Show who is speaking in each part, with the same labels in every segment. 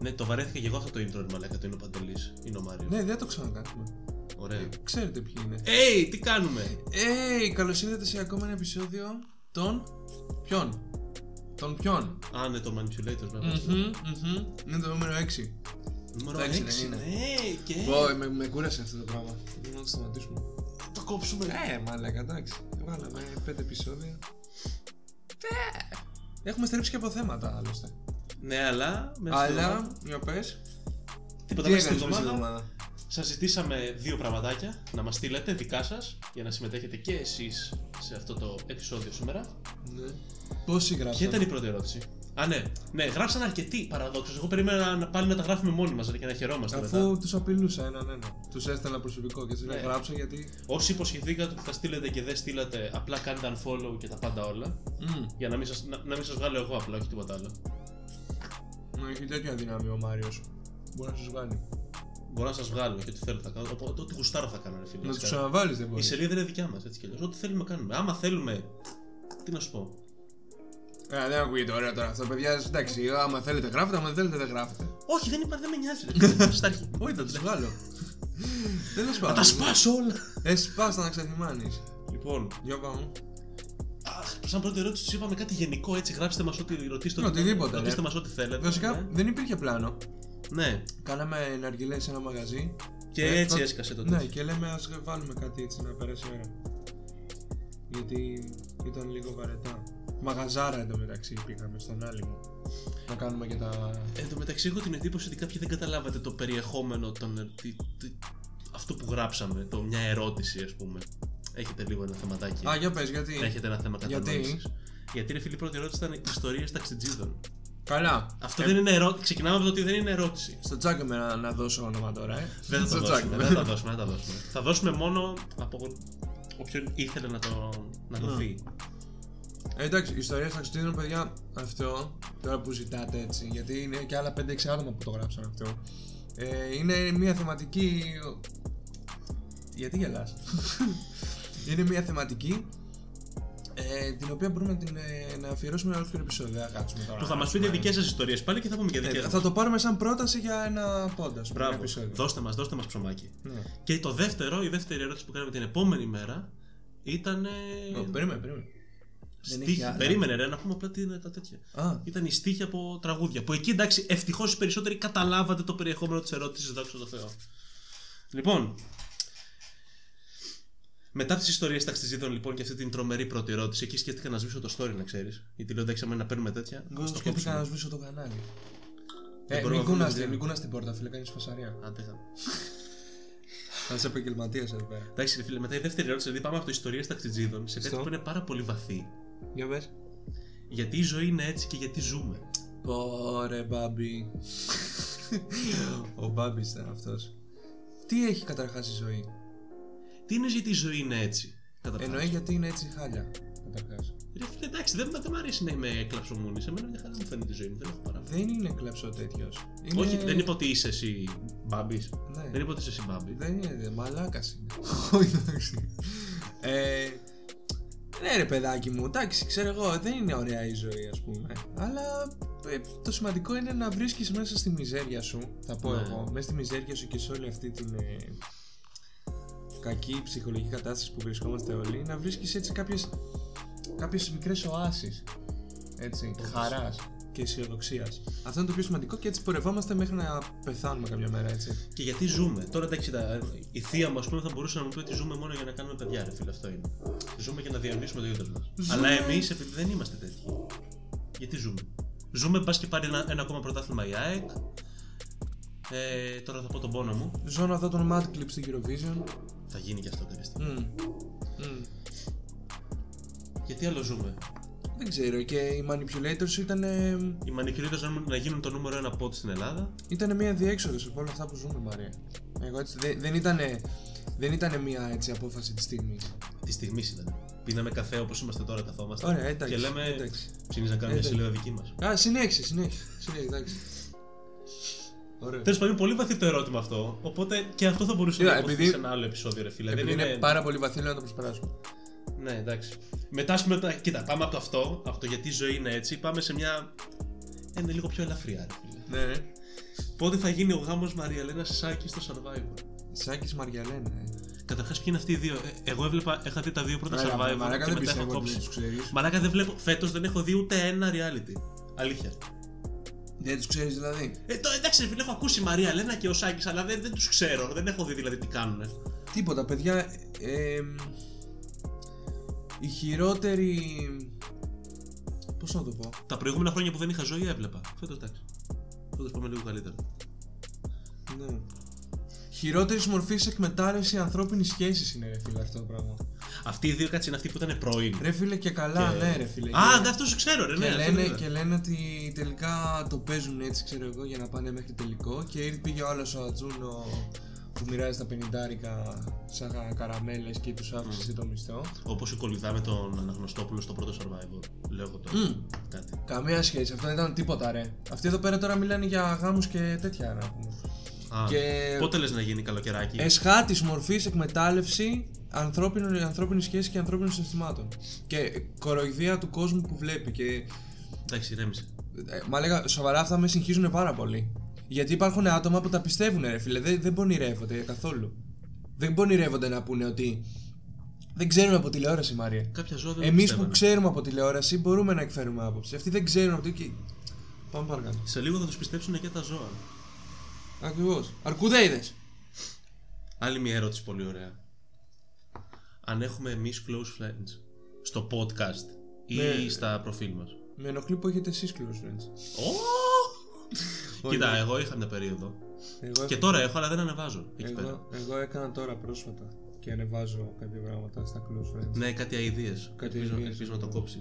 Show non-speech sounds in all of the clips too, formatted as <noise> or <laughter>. Speaker 1: Ναι, το βαρέθηκα και εγώ αυτό το intro, ρε μαλάκα, το είναι ο Παντελής, είναι ο Μάριος.
Speaker 2: Ναι, δεν το ξανακάνουμε.
Speaker 1: Ωραία.
Speaker 2: Ξέρετε ποιοι είναι.
Speaker 1: Ει, τι κάνουμε!
Speaker 2: Hey, καλώς ήρθατε σε ακόμα ένα επεισόδιο των. Ποιον. Των ποιον.
Speaker 1: Α, ναι, το manipulator να βάζουμε.
Speaker 2: Μμμ, μμμ. Είναι το νούμερο 6.
Speaker 1: Νούμερο
Speaker 2: Εντάξει,
Speaker 1: 6,
Speaker 2: δεν είναι.
Speaker 1: ναι, και...
Speaker 2: Wow, με, με κούρασε αυτό το πράγμα. Δεν να το σταματήσουμε.
Speaker 1: Το κόψουμε.
Speaker 2: Ε, μαλάκα, εντάξει. Βάλαμε 5 επεισόδια. Ε, Έχουμε στρίψει και από θέματα άλλωστε.
Speaker 1: Ναι, αλλά... μέσα στην
Speaker 2: Αλλά,
Speaker 1: εβδομάδα-
Speaker 2: για πες.
Speaker 1: Τίποτα μέσα στην εβδομάδα. Σας ζητήσαμε δύο πραγματάκια να μας στείλετε δικά σας για να συμμετέχετε και εσείς σε αυτό το επεισόδιο σήμερα.
Speaker 2: Ναι. Πόσοι
Speaker 1: Ποια ήταν η
Speaker 2: γράψατε.
Speaker 1: πρώτη ερώτηση. Α, ναι. Ναι, γράψαν αρκετοί παραδόξως. Εγώ περίμενα να πάλι να τα γράφουμε μόνοι μας και να χαιρόμαστε μετά.
Speaker 2: Αφού τους απειλούσα έναν ένα. Τους έστελνα προσωπικό και τους
Speaker 1: Ναι.
Speaker 2: γράψα γιατί.
Speaker 1: Όσοι υποσχεθήκατε ότι θα στείλετε και δεν στείλατε, απλά κάντε unfollow και τα πάντα όλα.
Speaker 2: Μμμ.
Speaker 1: Για να μην σας να, να μην σας βγάλω εγώ απλά, όχι τίποτα άλλο.
Speaker 2: Μα Έχει τέτοια δύναμη ο Μάριος. Μπορεί να σου βγάλει.
Speaker 1: Μπορώ να σας βγάλω και ό,τι θέλω θα κάνω. Οπότε, ό,τι γουστάρω θα κάνω, ρε φίλε.
Speaker 2: Να του
Speaker 1: Σκάτω.
Speaker 2: ξαναβάλεις δεν
Speaker 1: Η
Speaker 2: μπορεί.
Speaker 1: σελίδα είναι δικιά μας, έτσι κι αλλιώς. Ό,τι θέλουμε κάνουμε. Άμα θέλουμε. Τι να σου πω.
Speaker 2: Ε, δεν ακούγεται ωραία τώρα αυτό, παιδιά. Εντάξει, άμα θέλετε γράφετε, άμα δεν θέλετε δεν γράφετε.
Speaker 1: Όχι, δεν είπα, δεν με νοιάζει. ρε
Speaker 2: <laughs>
Speaker 1: φίλε. Στα αρχή.
Speaker 2: Όχι, θα τους βγάλω. Τέλος
Speaker 1: Θα
Speaker 2: πάντων.
Speaker 1: τα σπάσω όλα.
Speaker 2: Ε, σπάστα να ξεθυμάνει.
Speaker 1: Λοιπόν,
Speaker 2: Για πάμε.
Speaker 1: αχ, σαν πρώτη ερώτηση, τους είπαμε κάτι γενικό έτσι. Γράψτε μας ό,τι ρωτήστε.
Speaker 2: Ναι, οτιδήποτε, ρε.
Speaker 1: Ρωτήστε μας ό,τι θέλετε.
Speaker 2: Βασικά
Speaker 1: ναι.
Speaker 2: δεν υπήρχε πλάνο.
Speaker 1: Ναι.
Speaker 2: Κάναμε ναργιλέ σε ένα μαγαζί.
Speaker 1: Και
Speaker 2: Ε,
Speaker 1: έτσι
Speaker 2: τότε-
Speaker 1: έσκασε το
Speaker 2: Ναι,
Speaker 1: τέτοιο.
Speaker 2: και λέμε ας βάλουμε κάτι έτσι να περάσει η ώρα. Γιατί ήταν λίγο βαρετά. Μαγαζάρα εντωμεταξύ πήγαμε στον άλυμο. Να κάνουμε και τα.
Speaker 1: Εν τω μεταξύ, έχω την εντύπωση ότι κάποιοι δεν καταλάβατε το περιεχόμενο, των, τι, τι- αυτό που γράψαμε, το μια ερώτηση, ας πούμε. Έχετε λίγο ένα θεματάκι.
Speaker 2: Α, για πες, γιατί.
Speaker 1: Έχετε ένα θέμα
Speaker 2: Γιατί?
Speaker 1: κατανόησης. Γιατί ρε φίλοι, η πρώτη ερώτηση ήταν ιστορίες ταξιτζίδων.
Speaker 2: Καλά.
Speaker 1: Αυτό
Speaker 2: Ε,
Speaker 1: δεν είναι ερώτηση. Ξεκινάμε από το ότι δεν είναι ερώτηση.
Speaker 2: Στο τσάκ με να, να δώσω όνομα τώρα, ε.
Speaker 1: Δεν θα
Speaker 2: Στο
Speaker 1: το
Speaker 2: τσάκ
Speaker 1: δώσουμε,
Speaker 2: με.
Speaker 1: δεν θα τα δώσουμε, δεν θα τα δώσουμε. Θα δώσουμε μόνο από όποιον ήθελε να το, να το
Speaker 2: Ναι.
Speaker 1: δει.
Speaker 2: Ε, Εντάξει, ιστορία ταξιδίων, παιδιά, αυτό τώρα που ζητάτε έτσι, γιατί είναι και άλλα 5-6 άτομα που το γράψαν αυτό. Ε, είναι μια θεματική.
Speaker 1: <laughs>
Speaker 2: Γιατί γελάς είναι μια θεματική ε, την οποία μπορούμε να, την, ε, να αφιερώσουμε ένα ολόκληρο επεισόδιο. Δεν θα κάτσουμε τώρα.
Speaker 1: Που θα μας
Speaker 2: να
Speaker 1: πείτε
Speaker 2: πούμε.
Speaker 1: δικές σας ιστορίες πάλι και θα πούμε και δικέ
Speaker 2: Ε,
Speaker 1: μα.
Speaker 2: θα το πάρουμε σαν πρόταση για ένα πόντα.
Speaker 1: Μπράβο.
Speaker 2: επεισόδιο.
Speaker 1: Δώστε μας, δώστε μας ψωμάκι.
Speaker 2: Ναι.
Speaker 1: Και το δεύτερο, η δεύτερη ερώτηση που κάναμε την επόμενη μέρα ήταν.
Speaker 2: Ε, περίμενε, περίμενε. δεν έχει
Speaker 1: Στίχη.
Speaker 2: άλλα.
Speaker 1: Περίμενε, ρε, να πούμε απλά τι είναι τα τέτοια.
Speaker 2: Α,
Speaker 1: Ήταν η στίχη από τραγούδια. Που εκεί εντάξει, ευτυχώς οι περισσότεροι καταλάβατε το περιεχόμενο της ερώτησης, δόξα τω Θεώ. Λοιπόν. Μετά τις ιστορίες ταξιδιών λοιπόν και αυτή την τρομερή πρώτη ερώτηση, εκεί σκέφτηκα να σβήσω το story, να ξέρεις. Γιατί λέω εντάξει, άμα είναι να παίρνουμε τέτοια.
Speaker 2: εγώ
Speaker 1: ας το
Speaker 2: σκέφτηκα να
Speaker 1: κόψουμε.
Speaker 2: σβήσω το κανάλι.
Speaker 1: Δεν
Speaker 2: Ε,
Speaker 1: μπορούμε να
Speaker 2: μην
Speaker 1: βρούμε
Speaker 2: κούνας-
Speaker 1: δουλειά.
Speaker 2: μην κούνας την πόρτα, φίλε, κάνεις φασαρία.
Speaker 1: Άντε, θα-
Speaker 2: Θα είσαι επαγγελματίας εδώ πέρα.
Speaker 1: Εντάξει, ρε φίλε, μετά η δεύτερη ερώτηση, δηλαδή πάμε από το ιστορίες ταξιτζίδων σε κάτι
Speaker 2: Στο.
Speaker 1: που είναι πάρα πολύ βαθύ.
Speaker 2: Για πες.
Speaker 1: Γιατί η ζωή είναι έτσι και γιατί ζούμε.
Speaker 2: Πόρε, <laughs> μπάμπι. Ο μπάμπι ήταν αυτός. Τι έχει καταρχάς η ζωή.
Speaker 1: Τι είναι γιατί η ζωή είναι έτσι, κατά
Speaker 2: Εννοεί γιατί είναι έτσι χάλια. Καταρχάς.
Speaker 1: Ρε φίλε, Ε, εντάξει, δεν, δεν μ' αρέσει να είμαι κλαψομούνης. Εμένα μια χαρά μου φαίνεται η ζωή μου, δεν έχω παράπονο.
Speaker 2: Δεν είναι κλέψο τέτοιος.
Speaker 1: Όχι, δεν είπα ότι είσαι εσύ μπάμπης.
Speaker 2: Ναι.
Speaker 1: Δεν είπα ότι είσαι εσύ μπάμπη.
Speaker 2: Δεν είναι. Δε, μαλάκας είναι. <laughs> Όχι, εντάξει. Ε, ναι, ρε παιδάκι μου, εντάξει, ξέρω εγώ, δεν είναι ωραία η ζωή, ας πούμε. Αλλά ε, το σημαντικό είναι να βρίσκεις μέσα στη μιζέρια σου, θα πω
Speaker 1: Ναι.
Speaker 2: εγώ, μέσα στη μιζέρια σου και σε όλη αυτή την ε, κακή ψυχολογική κατάσταση που βρισκόμαστε όλοι, να βρίσκεις έτσι κάποιες κάποιες μικρές οάσεις. Έτσι, χαράς και αισιοδοξίας. Αυτό είναι το πιο σημαντικό και έτσι πορευόμαστε μέχρι να πεθάνουμε κάποια μέρα, έτσι.
Speaker 1: Και γιατί ζούμε. Τώρα εντάξει, τα... η θεία μου, ας πούμε, θα μπορούσε να μου πει ότι ζούμε μόνο για να κάνουμε παιδιά, ρε φίλε, αυτό είναι. Ζούμε για να διανύσουμε το ίδιο μα. Αλλά εμείς, επειδή δεν είμαστε τέτοιοι. Γιατί ζούμε. Ζούμε, πας και πάρει ένα, ένα ακόμα πρωτάθλημα η ΑΕΚ. Ε, τώρα θα πω τον πόνο μου.
Speaker 2: Ζω να δω τον Mad Clip στην Eurovision.
Speaker 1: Θα γίνει και αυτό κάποια στιγμή.
Speaker 2: Μμμ. Μμμ.
Speaker 1: Γιατί άλλο ζούμε.
Speaker 2: Δεν ξέρω, και οι manipulators ήταν,
Speaker 1: Οι μανικυρίδε να γίνουν το νούμερο ένα πόντ στην Ελλάδα.
Speaker 2: ήταν μια διέξοδος από όλα αυτά που ζούμε, Μαρία. Εγώ έτσι, δε- δεν ήταν δεν ήτανε μια έτσι απόφαση της στιγμής.
Speaker 1: Της στιγμής ήταν. Πίναμε καφέ όπως είμαστε τώρα, καθόμαστε.
Speaker 2: Ωραία, εντάξει.
Speaker 1: και λέμε,
Speaker 2: εντάξει.
Speaker 1: ψήνεις να κάνουμε μια
Speaker 2: Εντάξει.
Speaker 1: σελίδα δική μας.
Speaker 2: Α, συνέχισε, συνέχισε. συνέχισε εντάξει. Ωραία.
Speaker 1: Τέλος πάντων, είναι πολύ βαθύ το ερώτημα αυτό. Οπότε και αυτό θα μπορούσε
Speaker 2: Κοίτα,
Speaker 1: να υποθεί
Speaker 2: επειδή-
Speaker 1: σε ένα άλλο επεισόδιο, ρε φίλε.
Speaker 2: Επειδή
Speaker 1: Δεν
Speaker 2: είναι...
Speaker 1: είναι.
Speaker 2: πάρα πολύ βαθύ, λέω να το προσπεράσουμε.
Speaker 1: Ναι, εντάξει. Μετά, ας πούμε, τα- κοίτα, πάμε από το Ε, αυτό, από το γιατί η ζωή είναι έτσι, πάμε σε μια. ένα λίγο πιο ελαφριά, ρε φίλε.
Speaker 2: Ναι, ναι.
Speaker 1: Πότε θα γίνει ο γάμος Μαριαλένα Σάκης στο survivor.
Speaker 2: Σάκης Μαριαλένα. ε.
Speaker 1: Καταρχάς, ποιοι είναι αυτοί οι δύο. Ε, Εγώ έβλεπα, είχα δει τα δύο πρώτα
Speaker 2: Έλα,
Speaker 1: survivor
Speaker 2: Μαλάκα
Speaker 1: και
Speaker 2: δεν
Speaker 1: μετά έχω
Speaker 2: πιστεύω ότι
Speaker 1: κόψει.
Speaker 2: δεν τους ξέρεις.
Speaker 1: Μαλάκα δεν βλέπω. Φέτος δεν έχω δει ούτε ένα reality. Αλήθεια.
Speaker 2: Δεν τους ξέρεις δηλαδή.
Speaker 1: Ε, το, εντάξει, φίλε, έχω ακούσει η Μαρία Λένα και ο Σάκης, αλλά δεν, δεν τους ξέρω. Δεν έχω δει δηλαδή τι κάνουν.
Speaker 2: Τίποτα παιδιά. ε, η χειρότερη... Πώς να το πω.
Speaker 1: Τα προηγούμενα χρόνια που δεν είχα ζωή έβλεπα. Φέτος εντάξει. Φέτος πάμε λίγο καλύτερα.
Speaker 2: Ναι. Χειρότερης μορφής εκμετάλλευση ανθρώπινης σχέσης είναι ρε φίλε αυτό το πράγμα.
Speaker 1: Αυτοί οι δύο κάτσε είναι αυτοί που ήταν πρώην.
Speaker 2: Ρε φίλε και καλά,
Speaker 1: Και-
Speaker 2: ναι ρε φίλε.
Speaker 1: Α,
Speaker 2: και...
Speaker 1: δε αυτό σου ξέρω, ρε.
Speaker 2: Και
Speaker 1: ναι, αυτό
Speaker 2: λένε,
Speaker 1: βέβαια.
Speaker 2: και λένε ότι τελικά το παίζουν έτσι, ξέρω εγώ, για να πάνε μέχρι τελικό. Και ήρθε πήγε ο άλλος ο Ατζούνο που μοιράζει τα πενιντάρικα σαν καραμέλες και τους άφησε το μισθό.
Speaker 1: Όπως η κολλητά με τον Αναγνωστόπουλο στο πρώτο survivor. Λέω εγώ τώρα. Κάτι.
Speaker 2: Καμία σχέση, αυτό δεν ήταν τίποτα ρε. Αυτοί εδώ πέρα τώρα μιλάνε για γάμους και τέτοια να πούμε.
Speaker 1: Α,
Speaker 2: Και-
Speaker 1: Πότε λες να γίνει καλοκαιράκι.
Speaker 2: Εσχάτης μορφής εκμετάλλευση ανθρώπινων, ανθρώπινης σχέσης και ανθρώπινων συναισθημάτων. Και κοροϊδία του κόσμου που βλέπει. Και
Speaker 1: Εντάξει, ηρέμησε.
Speaker 2: Ε, Μα λέγα, σοβαρά αυτά με συγχύζουν πάρα πολύ. Γιατί υπάρχουν άτομα που τα πιστεύουν, ρε φίλε. Δεν, δεν πονηρεύονται καθόλου. Δεν πονηρεύονται να πούνε ότι δεν ξέρουν από τηλεόραση, Μάρια.
Speaker 1: Κάποια ζώα δεν
Speaker 2: Εμείς που
Speaker 1: πιστεύανε.
Speaker 2: ξέρουμε από τηλεόραση μπορούμε να εκφέρουμε άποψη. Αυτοί δεν ξέρουν από τηλεόραση. Πάμε παρακάτω.
Speaker 1: Σε λίγο θα τους πιστέψουν και τα ζώα.
Speaker 2: Ακριβώς. Αρκουδέιδε.
Speaker 1: Άλλη μια ερώτηση πολύ ωραία. Αν έχουμε εμείς close friends στο podcast ή
Speaker 2: Ναι.
Speaker 1: στα προφίλ μας.
Speaker 2: Με ενοχλεί που έχετε εσείς close friends. Όχι.
Speaker 1: Κοίτα, εγώ είχα μια περίοδο.
Speaker 2: Εγώ,
Speaker 1: Και τώρα έχω, αλλά δεν ανεβάζω εκεί πέρα.
Speaker 2: εγώ, εγώ έκανα τώρα πρόσφατα και ανεβάζω κάποια πράγματα στα close friends.
Speaker 1: Ναι, κάτι αειδίε.
Speaker 2: Κάτι
Speaker 1: Ελπίζω
Speaker 2: αηδίες.
Speaker 1: ελπίζω να το κόψεις.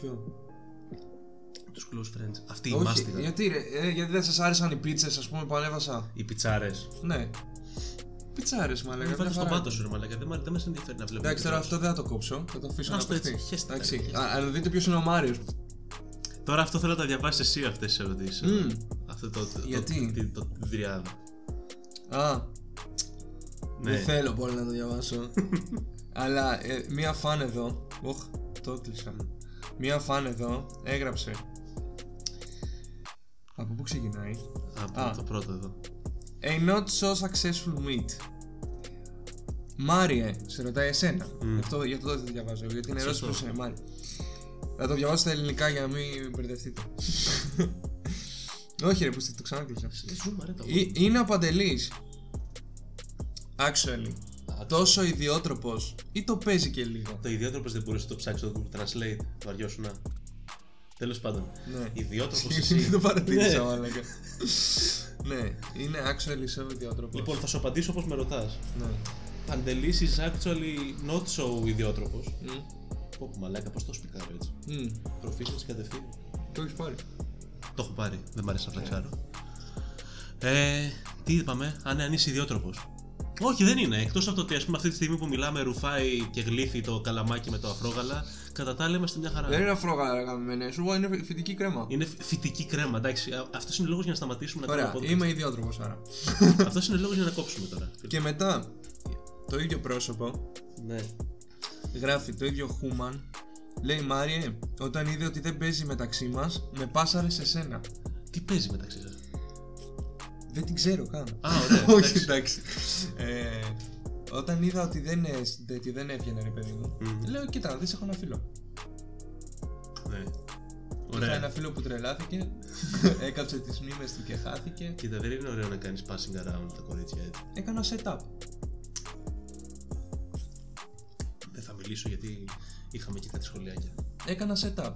Speaker 2: Ποιο?
Speaker 1: Τους close friends. Αυτή η
Speaker 2: Όχι,
Speaker 1: μάστιγα.
Speaker 2: γιατί, ρε, ε, γιατί δεν σας άρεσαν οι πίτσες, ας πούμε, που ανέβασα.
Speaker 1: Οι πιτσάρες.
Speaker 2: Ναι. Πιτσάρες, μα
Speaker 1: Δεν
Speaker 2: λέγανε.
Speaker 1: βάζει
Speaker 2: μια
Speaker 1: τον
Speaker 2: χαρά.
Speaker 1: πάτος σου, ρε μαλάκα. Δεν μα ενδιαφέρει να βλέπω.
Speaker 2: Εντάξει, τώρα αυτό δεν θα το κόψω. Θα το αφήσω να
Speaker 1: Άστο έτσι,
Speaker 2: πέφτει.
Speaker 1: χέστε, ρε,
Speaker 2: Εντάξει.
Speaker 1: χέστε.
Speaker 2: Α- Αλλά δείτε ποιος είναι ο Μάριος.
Speaker 1: Τώρα αυτό θέλω να τα διαβάσεις εσύ αυτές τις ερωτήσεις.
Speaker 2: Μμμ.
Speaker 1: Αυτό το. το-
Speaker 2: Γιατί?
Speaker 1: τη- Το την τριάδα.
Speaker 2: Α, δεν
Speaker 1: Ναι.
Speaker 2: θέλω πολύ να το
Speaker 1: <laughs>
Speaker 2: διαβάσω. Αλλά ε, μία φαν εδώ. Οχ, το έκλεισα. Μία φαν εδώ έγραψε. Από πού ξεκινάει. Α.
Speaker 1: Από το πρώτο εδώ.
Speaker 2: A not so successful meet. Μάριε, σε ρωτάει εσένα.
Speaker 1: Μμ.
Speaker 2: Γι' αυτό, γι' αυτό δεν το διαβάζω. Γιατί είναι ερώτηση
Speaker 1: Σωστό.
Speaker 2: προς εσένα, Μάριε. Θα το διαβάσω στα ελληνικά για να μην
Speaker 1: <laughs>
Speaker 2: μπερδευτείτε. Όχι, ρε, που το ξανάκλεισα.
Speaker 1: Ε, Ζούμε, ρε τα
Speaker 2: Ε, Είναι ο Παντελής. Actually.
Speaker 1: Α,
Speaker 2: Τόσο ιδιότροπος ή το παίζει και λίγο.
Speaker 1: Το ιδιότροπος δεν μπορούσε να το ψάξεις στο Google Translate. Βαριώσουν. Τέλος πάντων.
Speaker 2: Ναι.
Speaker 1: Ιδιότροπος
Speaker 2: <laughs> Δεν
Speaker 1: εσύ.
Speaker 2: το παρατήρησα,
Speaker 1: Ναι.
Speaker 2: μάλακα. Ναι, είναι actually σε ιδιότροπος.
Speaker 1: Λοιπόν, θα σου απαντήσω όπως με ρωτάς.
Speaker 2: Ναι.
Speaker 1: Παντελής is actually not so ιδιότροπος.
Speaker 2: Μμ.
Speaker 1: Πω πω, μαλάκα, πώς το σπικάρω έτσι.
Speaker 2: Μμ.
Speaker 1: Προφήσει κατευθείαν.
Speaker 2: Το έχεις πάρει.
Speaker 1: Το έχω πάρει. Δεν μ' αρέσει να φλεξάρω. Ε, τι είπαμε, ναι, αν, αν είσαι ιδιότροπος. Όχι, δεν είναι. Εκτός από το ότι ας πούμε, αυτή τη στιγμή που μιλάμε ρουφάει και γλύφει το καλαμάκι με το αφρόγαλα, κατά τα άλλα είμαστε μια χαρά.
Speaker 2: Δεν είναι αφρόγαλα ρε γαμημένε, σου είναι φυτική κρέμα.
Speaker 1: Είναι φυτική κρέμα, εντάξει. Αυτός είναι λόγος για να σταματήσουμε να
Speaker 2: Ωραία,
Speaker 1: κάνουμε podcast.
Speaker 2: είμαι ιδιότροπος άρα.
Speaker 1: <laughs> Αυτός είναι λόγος για να κόψουμε τώρα.
Speaker 2: <laughs> Και μετά, το ίδιο πρόσωπο
Speaker 1: Ναι.
Speaker 2: γράφει το ίδιο Χούμαν. Λέει Μάριε, όταν είδε ότι δεν παίζει μεταξύ μας, με πάσαρε σε σένα.
Speaker 1: Τι παίζει μεταξύ σας.
Speaker 2: Δεν την ξέρω καν. <laughs>
Speaker 1: Α, ωραία.
Speaker 2: Όχι,
Speaker 1: εντάξει.
Speaker 2: εντάξει. Ε, όταν είδα ότι δεν, έσ- ότι δεν έβγαινε ρε παιδί μου,
Speaker 1: Μμμ.
Speaker 2: λέω κοίτα, δεν σε έχω ένα φίλο.
Speaker 1: Ναι.
Speaker 2: Είχα ένα
Speaker 1: Ωραία.
Speaker 2: φίλο που
Speaker 1: <laughs>
Speaker 2: τρελάθηκε, έκαψε τις μνήμες του και χάθηκε.
Speaker 1: Κοίτα, δεν είναι ωραίο να κάνεις passing around τα κορίτσια έτσι.
Speaker 2: Έκανα setup.
Speaker 1: Δεν θα μιλήσω γιατί είχαμε και κάτι σχολιάκια.
Speaker 2: Έκανα setup.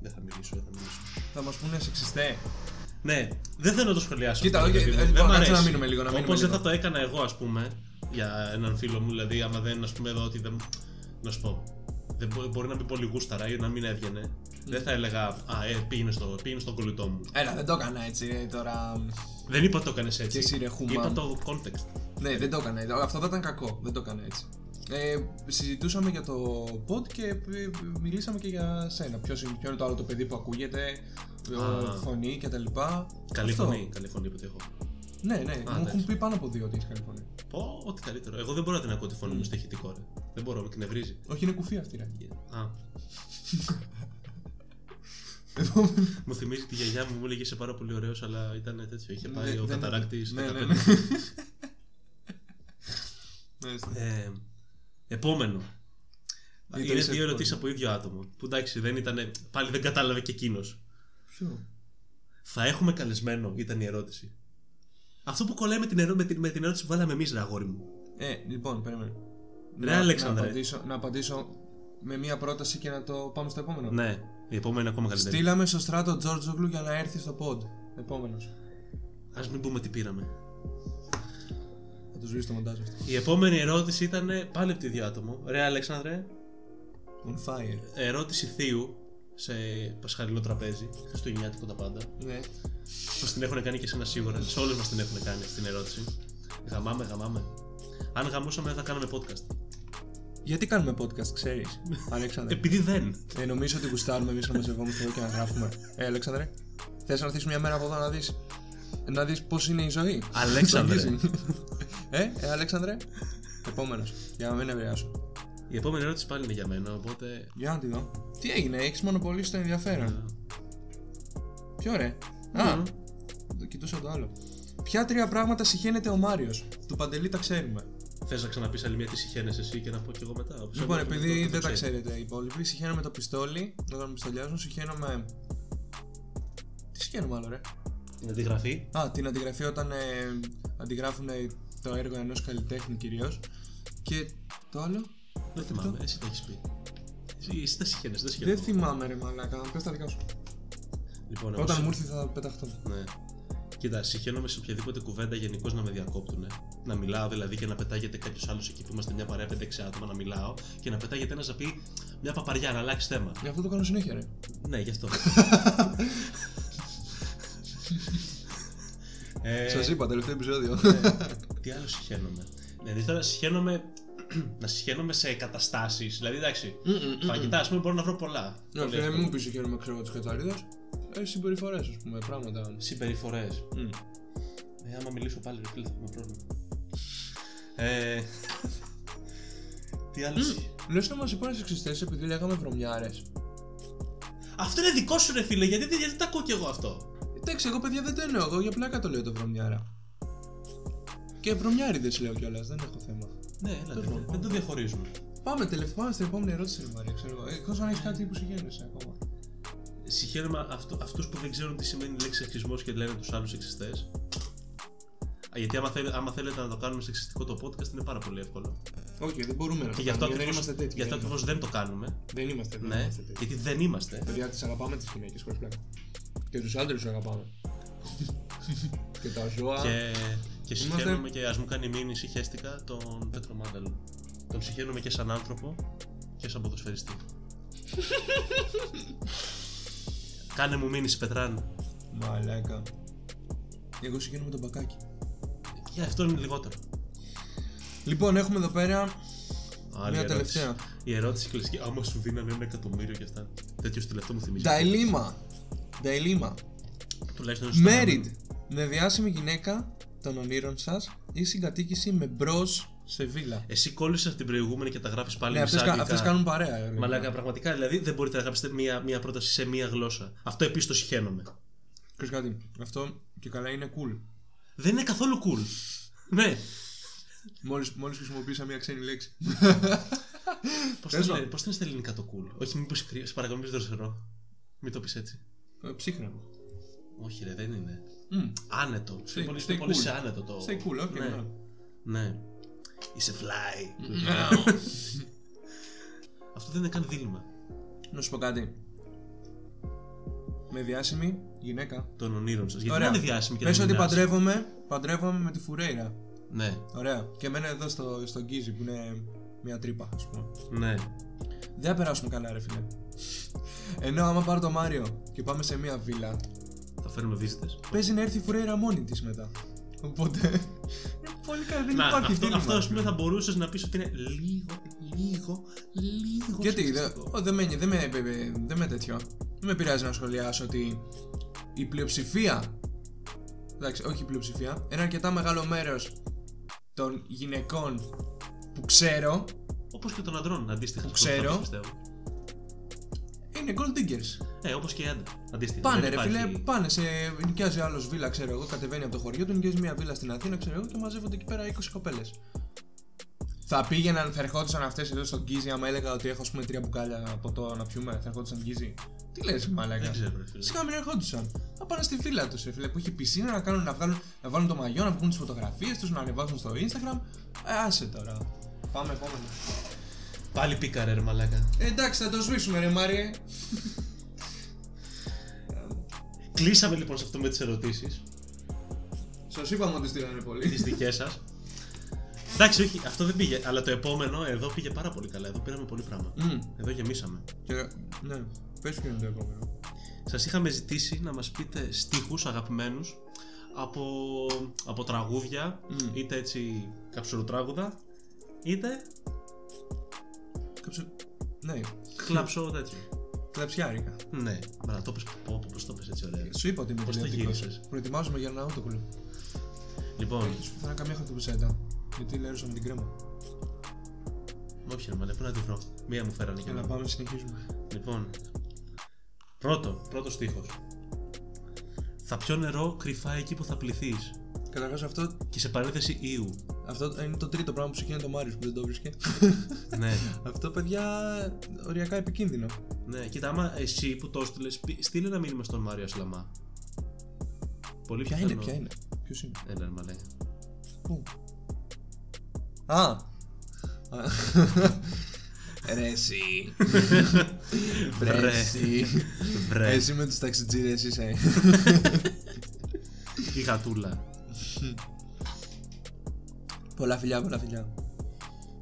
Speaker 1: Δεν θα μιλήσω, δεν θα μιλήσω.
Speaker 2: Θα μας πούνε σεξιστέ.
Speaker 1: Ναι, δεν θέλω να το σχολιάσω.
Speaker 2: Κοίτα,
Speaker 1: αυτό,
Speaker 2: όχι,
Speaker 1: παιδί μου.
Speaker 2: ε,
Speaker 1: Δεν
Speaker 2: λοιπόν,
Speaker 1: μ'
Speaker 2: κάτσε να
Speaker 1: αρέσει.
Speaker 2: μείνουμε λίγο, να μείνουμε
Speaker 1: Όπως δεν
Speaker 2: λίγο.
Speaker 1: θα το έκανα εγώ, ας πούμε, για έναν φίλο μου, δηλαδή, άμα δεν, ας πούμε, εδώ ότι δεν. Να σου πω. Δεν μπο- μπορεί να μπει πολύ γούσταρα ή να μην έβγαινε. Δεν θα έλεγα Α, ε, πήγαινε, στο, πήγαινε στον κολλητό μου.
Speaker 2: Έλα, δεν το έκανα έτσι ε, τώρα.
Speaker 1: Δεν είπα το έκανες έτσι.
Speaker 2: Και εσύ, ρε, χούμα.
Speaker 1: Είπα το context.
Speaker 2: Ναι, δεν το έκανα. έτσι. Αυτό θα ήταν κακό. Δεν το έκανα έτσι. Ε, συζητούσαμε για το pod και ε, μιλήσαμε και για σένα. Ποιος είναι, ποιο είναι το άλλο το παιδί που ακούγεται,
Speaker 1: Α.
Speaker 2: ε, φωνή κτλ.
Speaker 1: Καλή
Speaker 2: Αυτό.
Speaker 1: φωνή, καλή φωνή που τη έχω.
Speaker 2: Ναι, ναι. μου έχουν
Speaker 1: εντάξει.
Speaker 2: πει πάνω από δύο ότι έχεις καλή φωνή.
Speaker 1: Πω, ό,τι καλύτερο. Εγώ δεν μπορώ να την ακούω τη φωνή
Speaker 2: Mm.
Speaker 1: μου στο ηχητικό, ρε. Δεν μπορώ, με κνευρίζει.
Speaker 2: Όχι, είναι κουφή αυτή, ρε.
Speaker 1: Α.
Speaker 2: Επόμενο.
Speaker 1: Μου θυμίζει τη γιαγιά μου, μου έλεγε είσαι πάρα πολύ ωραίος, αλλά ήταν τέτοιο. Είχε πάει
Speaker 2: <laughs> Ναι,
Speaker 1: ο
Speaker 2: δεν-
Speaker 1: καταράκτη.
Speaker 2: Ναι, ναι, ναι. Ναι, στο-
Speaker 1: Ε, επόμενο.
Speaker 2: Ήταν
Speaker 1: είναι
Speaker 2: σε
Speaker 1: δύο ερωτήσεις
Speaker 2: επόμενο.
Speaker 1: από ίδιο άτομο. Που εντάξει, δεν ήταν. Πάλι δεν κατάλαβε και εκείνος.
Speaker 2: Ποιο?
Speaker 1: Θα έχουμε καλεσμένο, ήταν η ερώτηση. Αυτό που κολλάει με την, ερω... με την, με την ερώτηση που βάλαμε εμείς, ρε αγόρι μου.
Speaker 2: Ε, λοιπόν, περίμενε.
Speaker 1: Ρε Ναι, Αλέξανδρε.
Speaker 2: Να απαντήσω, να απαντήσω με μία πρόταση και να το πάμε στο επόμενο.
Speaker 1: Ναι, η επόμενη είναι ακόμα καλύτερη.
Speaker 2: Στείλαμε στο στράτο Τζόρτζογλου για να έρθει στο pod. Επόμενος.
Speaker 1: Ας μην πούμε τι πήραμε.
Speaker 2: Θα του βγει στο μοντάζ αυτό.
Speaker 1: Η επόμενη ερώτηση ήταν πάλι από το ίδιο άτομο. Ρε Αλέξανδρε,
Speaker 2: On fire.
Speaker 1: ερώτηση θείου σε πασχαλινό τραπέζι, χριστουγεννιάτικο τα πάντα.
Speaker 2: Ναι.
Speaker 1: Μας την έχουν κάνει και εσένα σίγουρα. Σε όλε μας την έχουν κάνει αυτή την ερώτηση. Γαμάμε, γαμάμε. Αν γαμούσαμε, θα κάναμε podcast.
Speaker 2: Γιατί κάνουμε podcast, ξέρεις. Αλέξανδρε.
Speaker 1: Επειδή δεν.
Speaker 2: ε, νομίζω ότι γουστάρουμε εμείς να μαζευόμαστε εδώ και να γράφουμε. Ε, Αλέξανδρε. Θες να έρθει μια μέρα από εδώ να δεις. Να δεις πώς είναι η ζωή.
Speaker 1: Αλέξανδρε.
Speaker 2: Αγγίζει. <laughs> ε, ε, Αλέξανδρε. Επόμενος. Για να μην ευρεάσω.
Speaker 1: Η επόμενη ερώτηση πάλι είναι για μένα, οπότε. ε,
Speaker 2: Για να τη δω. Τι έγινε, έχεις μονοπολίσει το ενδιαφέρον. Ποιο ρε. Α,
Speaker 1: Μμμ.
Speaker 2: το κοιτούσα το άλλο. Ποια τρία πράγματα συχαίνεται ο Μάριος. Του παντελή τα ξέρουμε.
Speaker 1: Θες να ξαναπείς άλλη μία τι συχαίνεσαι εσύ και να πω κι εγώ μετά. Όπως
Speaker 2: Λοιπόν,
Speaker 1: έμεινε,
Speaker 2: επειδή
Speaker 1: το- το
Speaker 2: δεν τα
Speaker 1: ξέρει.
Speaker 2: ξέρετε οι υπόλοιποι, συχαίνω με το πιστόλι. Όταν πιστολιάζουν, συχαίνω με. Τι συχαίνω μάλλον, ρε.
Speaker 1: Την αντιγραφή.
Speaker 2: Α, την αντιγραφή όταν ε, αντιγράφουν ε, το έργο ενός καλλιτέχνη κυρίως. Και το άλλο.
Speaker 1: Δεν θυμάμαι, εσύ τα έχεις πει. Εσύ- Εσύ τα συχαίνεσαι, δεν
Speaker 2: Δεν
Speaker 1: συχαίνεσαι.
Speaker 2: θυμάμαι, ρε Μαλάκα. Πες τα δικά σου.
Speaker 1: Λοιπόν, εγώ
Speaker 2: Όταν
Speaker 1: σε-
Speaker 2: μου έρθει θα πεταχτώ.
Speaker 1: Ναι. Κοίτα, συχαίνομαι σε οποιαδήποτε κουβέντα γενικώς να με διακόπτουνε. Να μιλάω δηλαδή και να πετάγεται κάποιος άλλος εκεί που είμαστε μια παρέα 5-6 άτομα να μιλάω και να πετάγεται ένας να πει μια παπαριά να αλλάξεις θέμα.
Speaker 2: Γι' αυτό το κάνω συνέχεια, ρε.
Speaker 1: Ναι, γι' αυτό. ε,
Speaker 2: Σας είπα, τελευταίο επεισόδιο.
Speaker 1: τι άλλο συχαίνομαι. Δηλαδή τώρα συχαίνομαι <clears throat> να συχαίνομαι σε καταστάσεις. Δηλαδή εντάξει, φαγητά ας πούμε μπορώ να βρω πολλά.
Speaker 2: Ναι,
Speaker 1: Πολύ
Speaker 2: φίλε,
Speaker 1: εύκολα.
Speaker 2: μην μου πεις συγχαίρομαι ξέρω του κατσαρίδε. Ε, συμπεριφορές, ας πούμε, πράγματα.
Speaker 1: Συμπεριφορές.
Speaker 2: Μμ.
Speaker 1: Ε, άμα μιλήσω πάλι, ρε φίλε, θα έχουμε πρόβλημα. Ε, <laughs> τι άλλο. συχ-
Speaker 2: Λες να μας είπαν στις επειδή λέγαμε βρωμιάρες.
Speaker 1: Αυτό είναι δικό σου, ρε φίλε, γιατί, δεν- γιατί το ακούω κι εγώ αυτό.
Speaker 2: Εντάξει, εγώ παιδιά δεν το εννοώ. Εγώ για πλάκα το λέω το βρωμιάρα. Και βρωμιάριδες λέω κιόλας, δεν έχω θέμα.
Speaker 1: Ναι, έλα,
Speaker 2: Τέλος
Speaker 1: δεν-
Speaker 2: πάντων.
Speaker 1: δεν το διαχωρίζουμε. Πάμε.
Speaker 2: Πάμε, τελευταία, πάμε στην επόμενη ερώτηση, ρε Μαρία, ξέρω εγώ. Εκτό αν έχεις κάτι που συγχαίρεσαι ακόμα.
Speaker 1: Συγχαίρομαι αυτού, αυτούς που δεν ξέρουν τι σημαίνει η λέξη σεξισμός και λένε τους άλλους σεξιστές. Α, Γιατί άμα, θέλε- άμα θέλετε να το κάνουμε σεξιστικό το podcast είναι πάρα πολύ εύκολο.
Speaker 2: Όχι, δεν μπορούμε να
Speaker 1: Και
Speaker 2: το
Speaker 1: γι' αυτό
Speaker 2: κάνουμε. Δεν
Speaker 1: ακριβώς-
Speaker 2: είμαστε τέτοιοι.
Speaker 1: γι' αυτό
Speaker 2: δεν
Speaker 1: ακριβώς δεν το κάνουμε.
Speaker 2: είμαστε. Δεν είμαστε, δεν
Speaker 1: Ναι,
Speaker 2: είμαστε τέτοιοι.
Speaker 1: γιατί δεν είμαστε.
Speaker 2: Παιδιά, τις αγαπάμε τις γυναίκες, χωρίς πλάκα. Και τους άντρες τους αγαπάμε. και τα ζώα.
Speaker 1: Και, και συγχαίρομαι και ας μου κάνει μήνυση χαίστηκα τον Πέτρο Μάνταλο. Τον συγχαίρομαι και σαν άνθρωπο και σαν ποδοσφαιριστή. Κάνε μου μήνυση, Πετράν.
Speaker 2: Μαλάκα. Εγώ συγχαίρω με τον μπακάκι.
Speaker 1: Για αυτό είναι λιγότερο.
Speaker 2: Λοιπόν, έχουμε εδώ πέρα μια
Speaker 1: ερώτηση.
Speaker 2: τελευταία.
Speaker 1: Η ερώτηση κλασική. Άμα σου δίνανε ένα εκατομμύριο και αυτά. Τέτοιος τελευταίο μου θυμίζει.
Speaker 2: Νταϊλίμα. Νταϊλίμα.
Speaker 1: Τουλάχιστον στο
Speaker 2: Married.
Speaker 1: νούμερο.
Speaker 2: Με διάσημη γυναίκα των ονείρων σας ή συγκατοίκηση με μπρος σε βίλα.
Speaker 1: Εσύ κόλλησες από την προηγούμενη και τα γράφεις πάλι
Speaker 2: Ναι,
Speaker 1: ναι,
Speaker 2: αυτές, κα- αυτές κάνουν παρέα. ρε.
Speaker 1: Μαλάκα, πραγματικά δηλαδή δεν μπορείτε να γράψετε μία, μία πρόταση σε μία γλώσσα. Αυτό επίσης το συχαίνομαι.
Speaker 2: Ξέρεις κάτι, αυτό και καλά είναι cool.
Speaker 1: Δεν είναι καθόλου cool. ναι,
Speaker 2: Μόλις, μόλις χρησιμοποίησα μια ξένη λέξη.
Speaker 1: Πώς
Speaker 2: Τέλος
Speaker 1: το
Speaker 2: πάντων.
Speaker 1: λένε, πώς το είναι στα ελληνικά το cool. Όχι, μήπως σε παρακολουθεί δροσερό. Μην το πεις έτσι.
Speaker 2: Ε, Ψύχραμα.
Speaker 1: Όχι, ρε, δεν είναι.
Speaker 2: Mm.
Speaker 1: Άνετο.
Speaker 2: Stay-
Speaker 1: Είναι πολύ,
Speaker 2: stay
Speaker 1: είναι πολύ
Speaker 2: cool.
Speaker 1: σε άνετο το.
Speaker 2: Stay cool, όχι.
Speaker 1: Ναι. ναι. Είσαι fly.
Speaker 2: Ναι.
Speaker 1: Αυτό δεν είναι καν δίλημα.
Speaker 2: Να σου πω κάτι. Με διάσημη γυναίκα
Speaker 1: Των ονείρων σας. Γιατί
Speaker 2: Ωραία.
Speaker 1: δεν είναι διάσημη και
Speaker 2: Πες
Speaker 1: δεν
Speaker 2: ότι
Speaker 1: είναι διάσημη.
Speaker 2: παντρεύομαι, παντρεύομαι με τη Φουρέιρα.
Speaker 1: Ναι,
Speaker 2: Ωραία. Και εμένα εδώ στο, στο Γκίζι που είναι μια τρύπα, ας πούμε.
Speaker 1: ναι.
Speaker 2: Δεν θα περάσουμε καλά, ρε φίλε. Ενώ άμα πάρω το Μάριο και πάμε σε μια βίλα,
Speaker 1: Θα φέρουμε visitors.
Speaker 2: παίζει να έρθει η Φουρέιρα μόνη της μετά. Οπότε. είναι Ε, πολύ καλά, δεν
Speaker 1: Να,
Speaker 2: υπάρχει
Speaker 1: αυτό,
Speaker 2: δίλημα.
Speaker 1: αυτό ας πούμε θα μπορούσες να πεις ότι είναι λίγο, λίγο, λίγο.
Speaker 2: Γιατί δεν
Speaker 1: σεξιστικό.
Speaker 2: δε με, δε με, δε με, δε με τέτοιο. Δεν με πειράζει να σχολιάσω ότι η πλειοψηφία. Εντάξει, όχι η πλειοψηφία. Ένα αρκετά μεγάλο μέρος των γυναικών που ξέρω
Speaker 1: Όπως και των αντρών, αντίστοιχα.
Speaker 2: Που
Speaker 1: σε αυτό
Speaker 2: ξέρω.
Speaker 1: πιστεύω.
Speaker 2: είναι gold diggers.
Speaker 1: Ναι, όπως και η Άντα. Αντίστοιχα.
Speaker 2: Πάνε,
Speaker 1: δεν
Speaker 2: ρε
Speaker 1: υπάρχει-
Speaker 2: φίλε, πάνε σε. Νοικιάζει άλλος βίλα, ξέρω εγώ, κατεβαίνει από το χωριό του, νοικιάζει μια βίλα στην Αθήνα, ξέρω εγώ, και μαζεύονται εκεί πέρα 20 κοπέλες. Θα πήγαιναν, θα ερχόντουσαν αυτές εδώ στον Κίζη, άμα έλεγα ότι έχω, ας πούμε, τρία μπουκάλια από το να πιούμε, θα ερχόντουσαν Κίζη. Τι λες, μαλάκα.
Speaker 1: Δεν ξέρω, ρε φίλε.
Speaker 2: Σιγά μην ερχόντουσαν. Θα πάνε στη φύλλα τους, ρε φίλε, που έχει πισίνα να, κάνουν, να, βγάλουν, να βάλουν το μαγιό, να βγουν τις φωτογραφίες τους, να ανεβάζουν στο Instagram. Ε, άσε τώρα. Πάμε επόμενο.
Speaker 1: Πάλι πήκαρε, ρε μαλάκα.
Speaker 2: Ε, εντάξει, θα το σβήσουμε, ρε Μάριε.
Speaker 1: Κλείσαμε λοιπόν σε αυτό με τις ερωτήσεις.
Speaker 2: Σας είπαμε ότι στείλανε
Speaker 1: τι
Speaker 2: πολύ.
Speaker 1: δικές σας. Εντάξει, όχι, αυτό δεν πήγε. Αλλά το επόμενο εδώ πήγε πάρα πολύ καλά. Εδώ πήραμε πολύ πράγμα.
Speaker 2: Μμ.
Speaker 1: Εδώ γεμίσαμε.
Speaker 2: Και, ναι, πες ποιο είναι το επόμενο.
Speaker 1: Σας είχαμε ζητήσει να μας πείτε στίχους αγαπημένους από, από τραγούδια,
Speaker 2: Μμ.
Speaker 1: είτε έτσι καψουροτράγουδα, είτε
Speaker 2: Κάψε... Ναι,
Speaker 1: κλαψό τέτοιο.
Speaker 2: κλαψιάρικα.
Speaker 1: ναι, μπράβο, το πες, πω, πω, πώς το πες έτσι ωραία.
Speaker 2: Σου είπα ότι είμαι
Speaker 1: Πώς το
Speaker 2: τηλεοπτικός.
Speaker 1: γύρισες?
Speaker 2: Προετοιμάζομαι για ένα auto club.
Speaker 1: Λοιπόν,
Speaker 2: Σου πιθανά καμία χαρτοπουσέτα. Γιατί λέρωσα με την κρέμα.
Speaker 1: όχι ρε μαλέ, πού να τη βρω. Μία μου φέρανε και
Speaker 2: Για να
Speaker 1: εμένα.
Speaker 2: πάμε, συνεχίζουμε.
Speaker 1: Λοιπόν, πρώτο, πρώτος στίχος. Θα πιω νερό κρυφά εκεί που θα πληθείς.
Speaker 2: Καταρχάς αυτό,
Speaker 1: Και σε παρένθεση Ιου.
Speaker 2: αυτό είναι το τρίτο πράγμα που σου γίνεται ο Μάριος που δεν το βρίσκε.
Speaker 1: ναι.
Speaker 2: αυτό, παιδιά, οριακά επικίνδυνο.
Speaker 1: ναι. Κοίτα, άμα εσύ που το έστειλες, στείλε ένα μήνυμα στον Μάριο Σλαμά. Πολύ
Speaker 2: Ποια
Speaker 1: πιθανό.
Speaker 2: είναι, ποια είναι. Ποιος είναι.
Speaker 1: Έλα, ρε
Speaker 2: <laughs>
Speaker 1: μαλάκα.
Speaker 2: Πού. Α! Α. Ρε εσύ. Ρε
Speaker 1: Βρε.
Speaker 2: εσύ.
Speaker 1: Βρε.
Speaker 2: Εσύ με τους ταξιτζίδες είσαι.
Speaker 1: Η γατούλα.
Speaker 2: Πολλά φιλιά, πολλά φιλιά.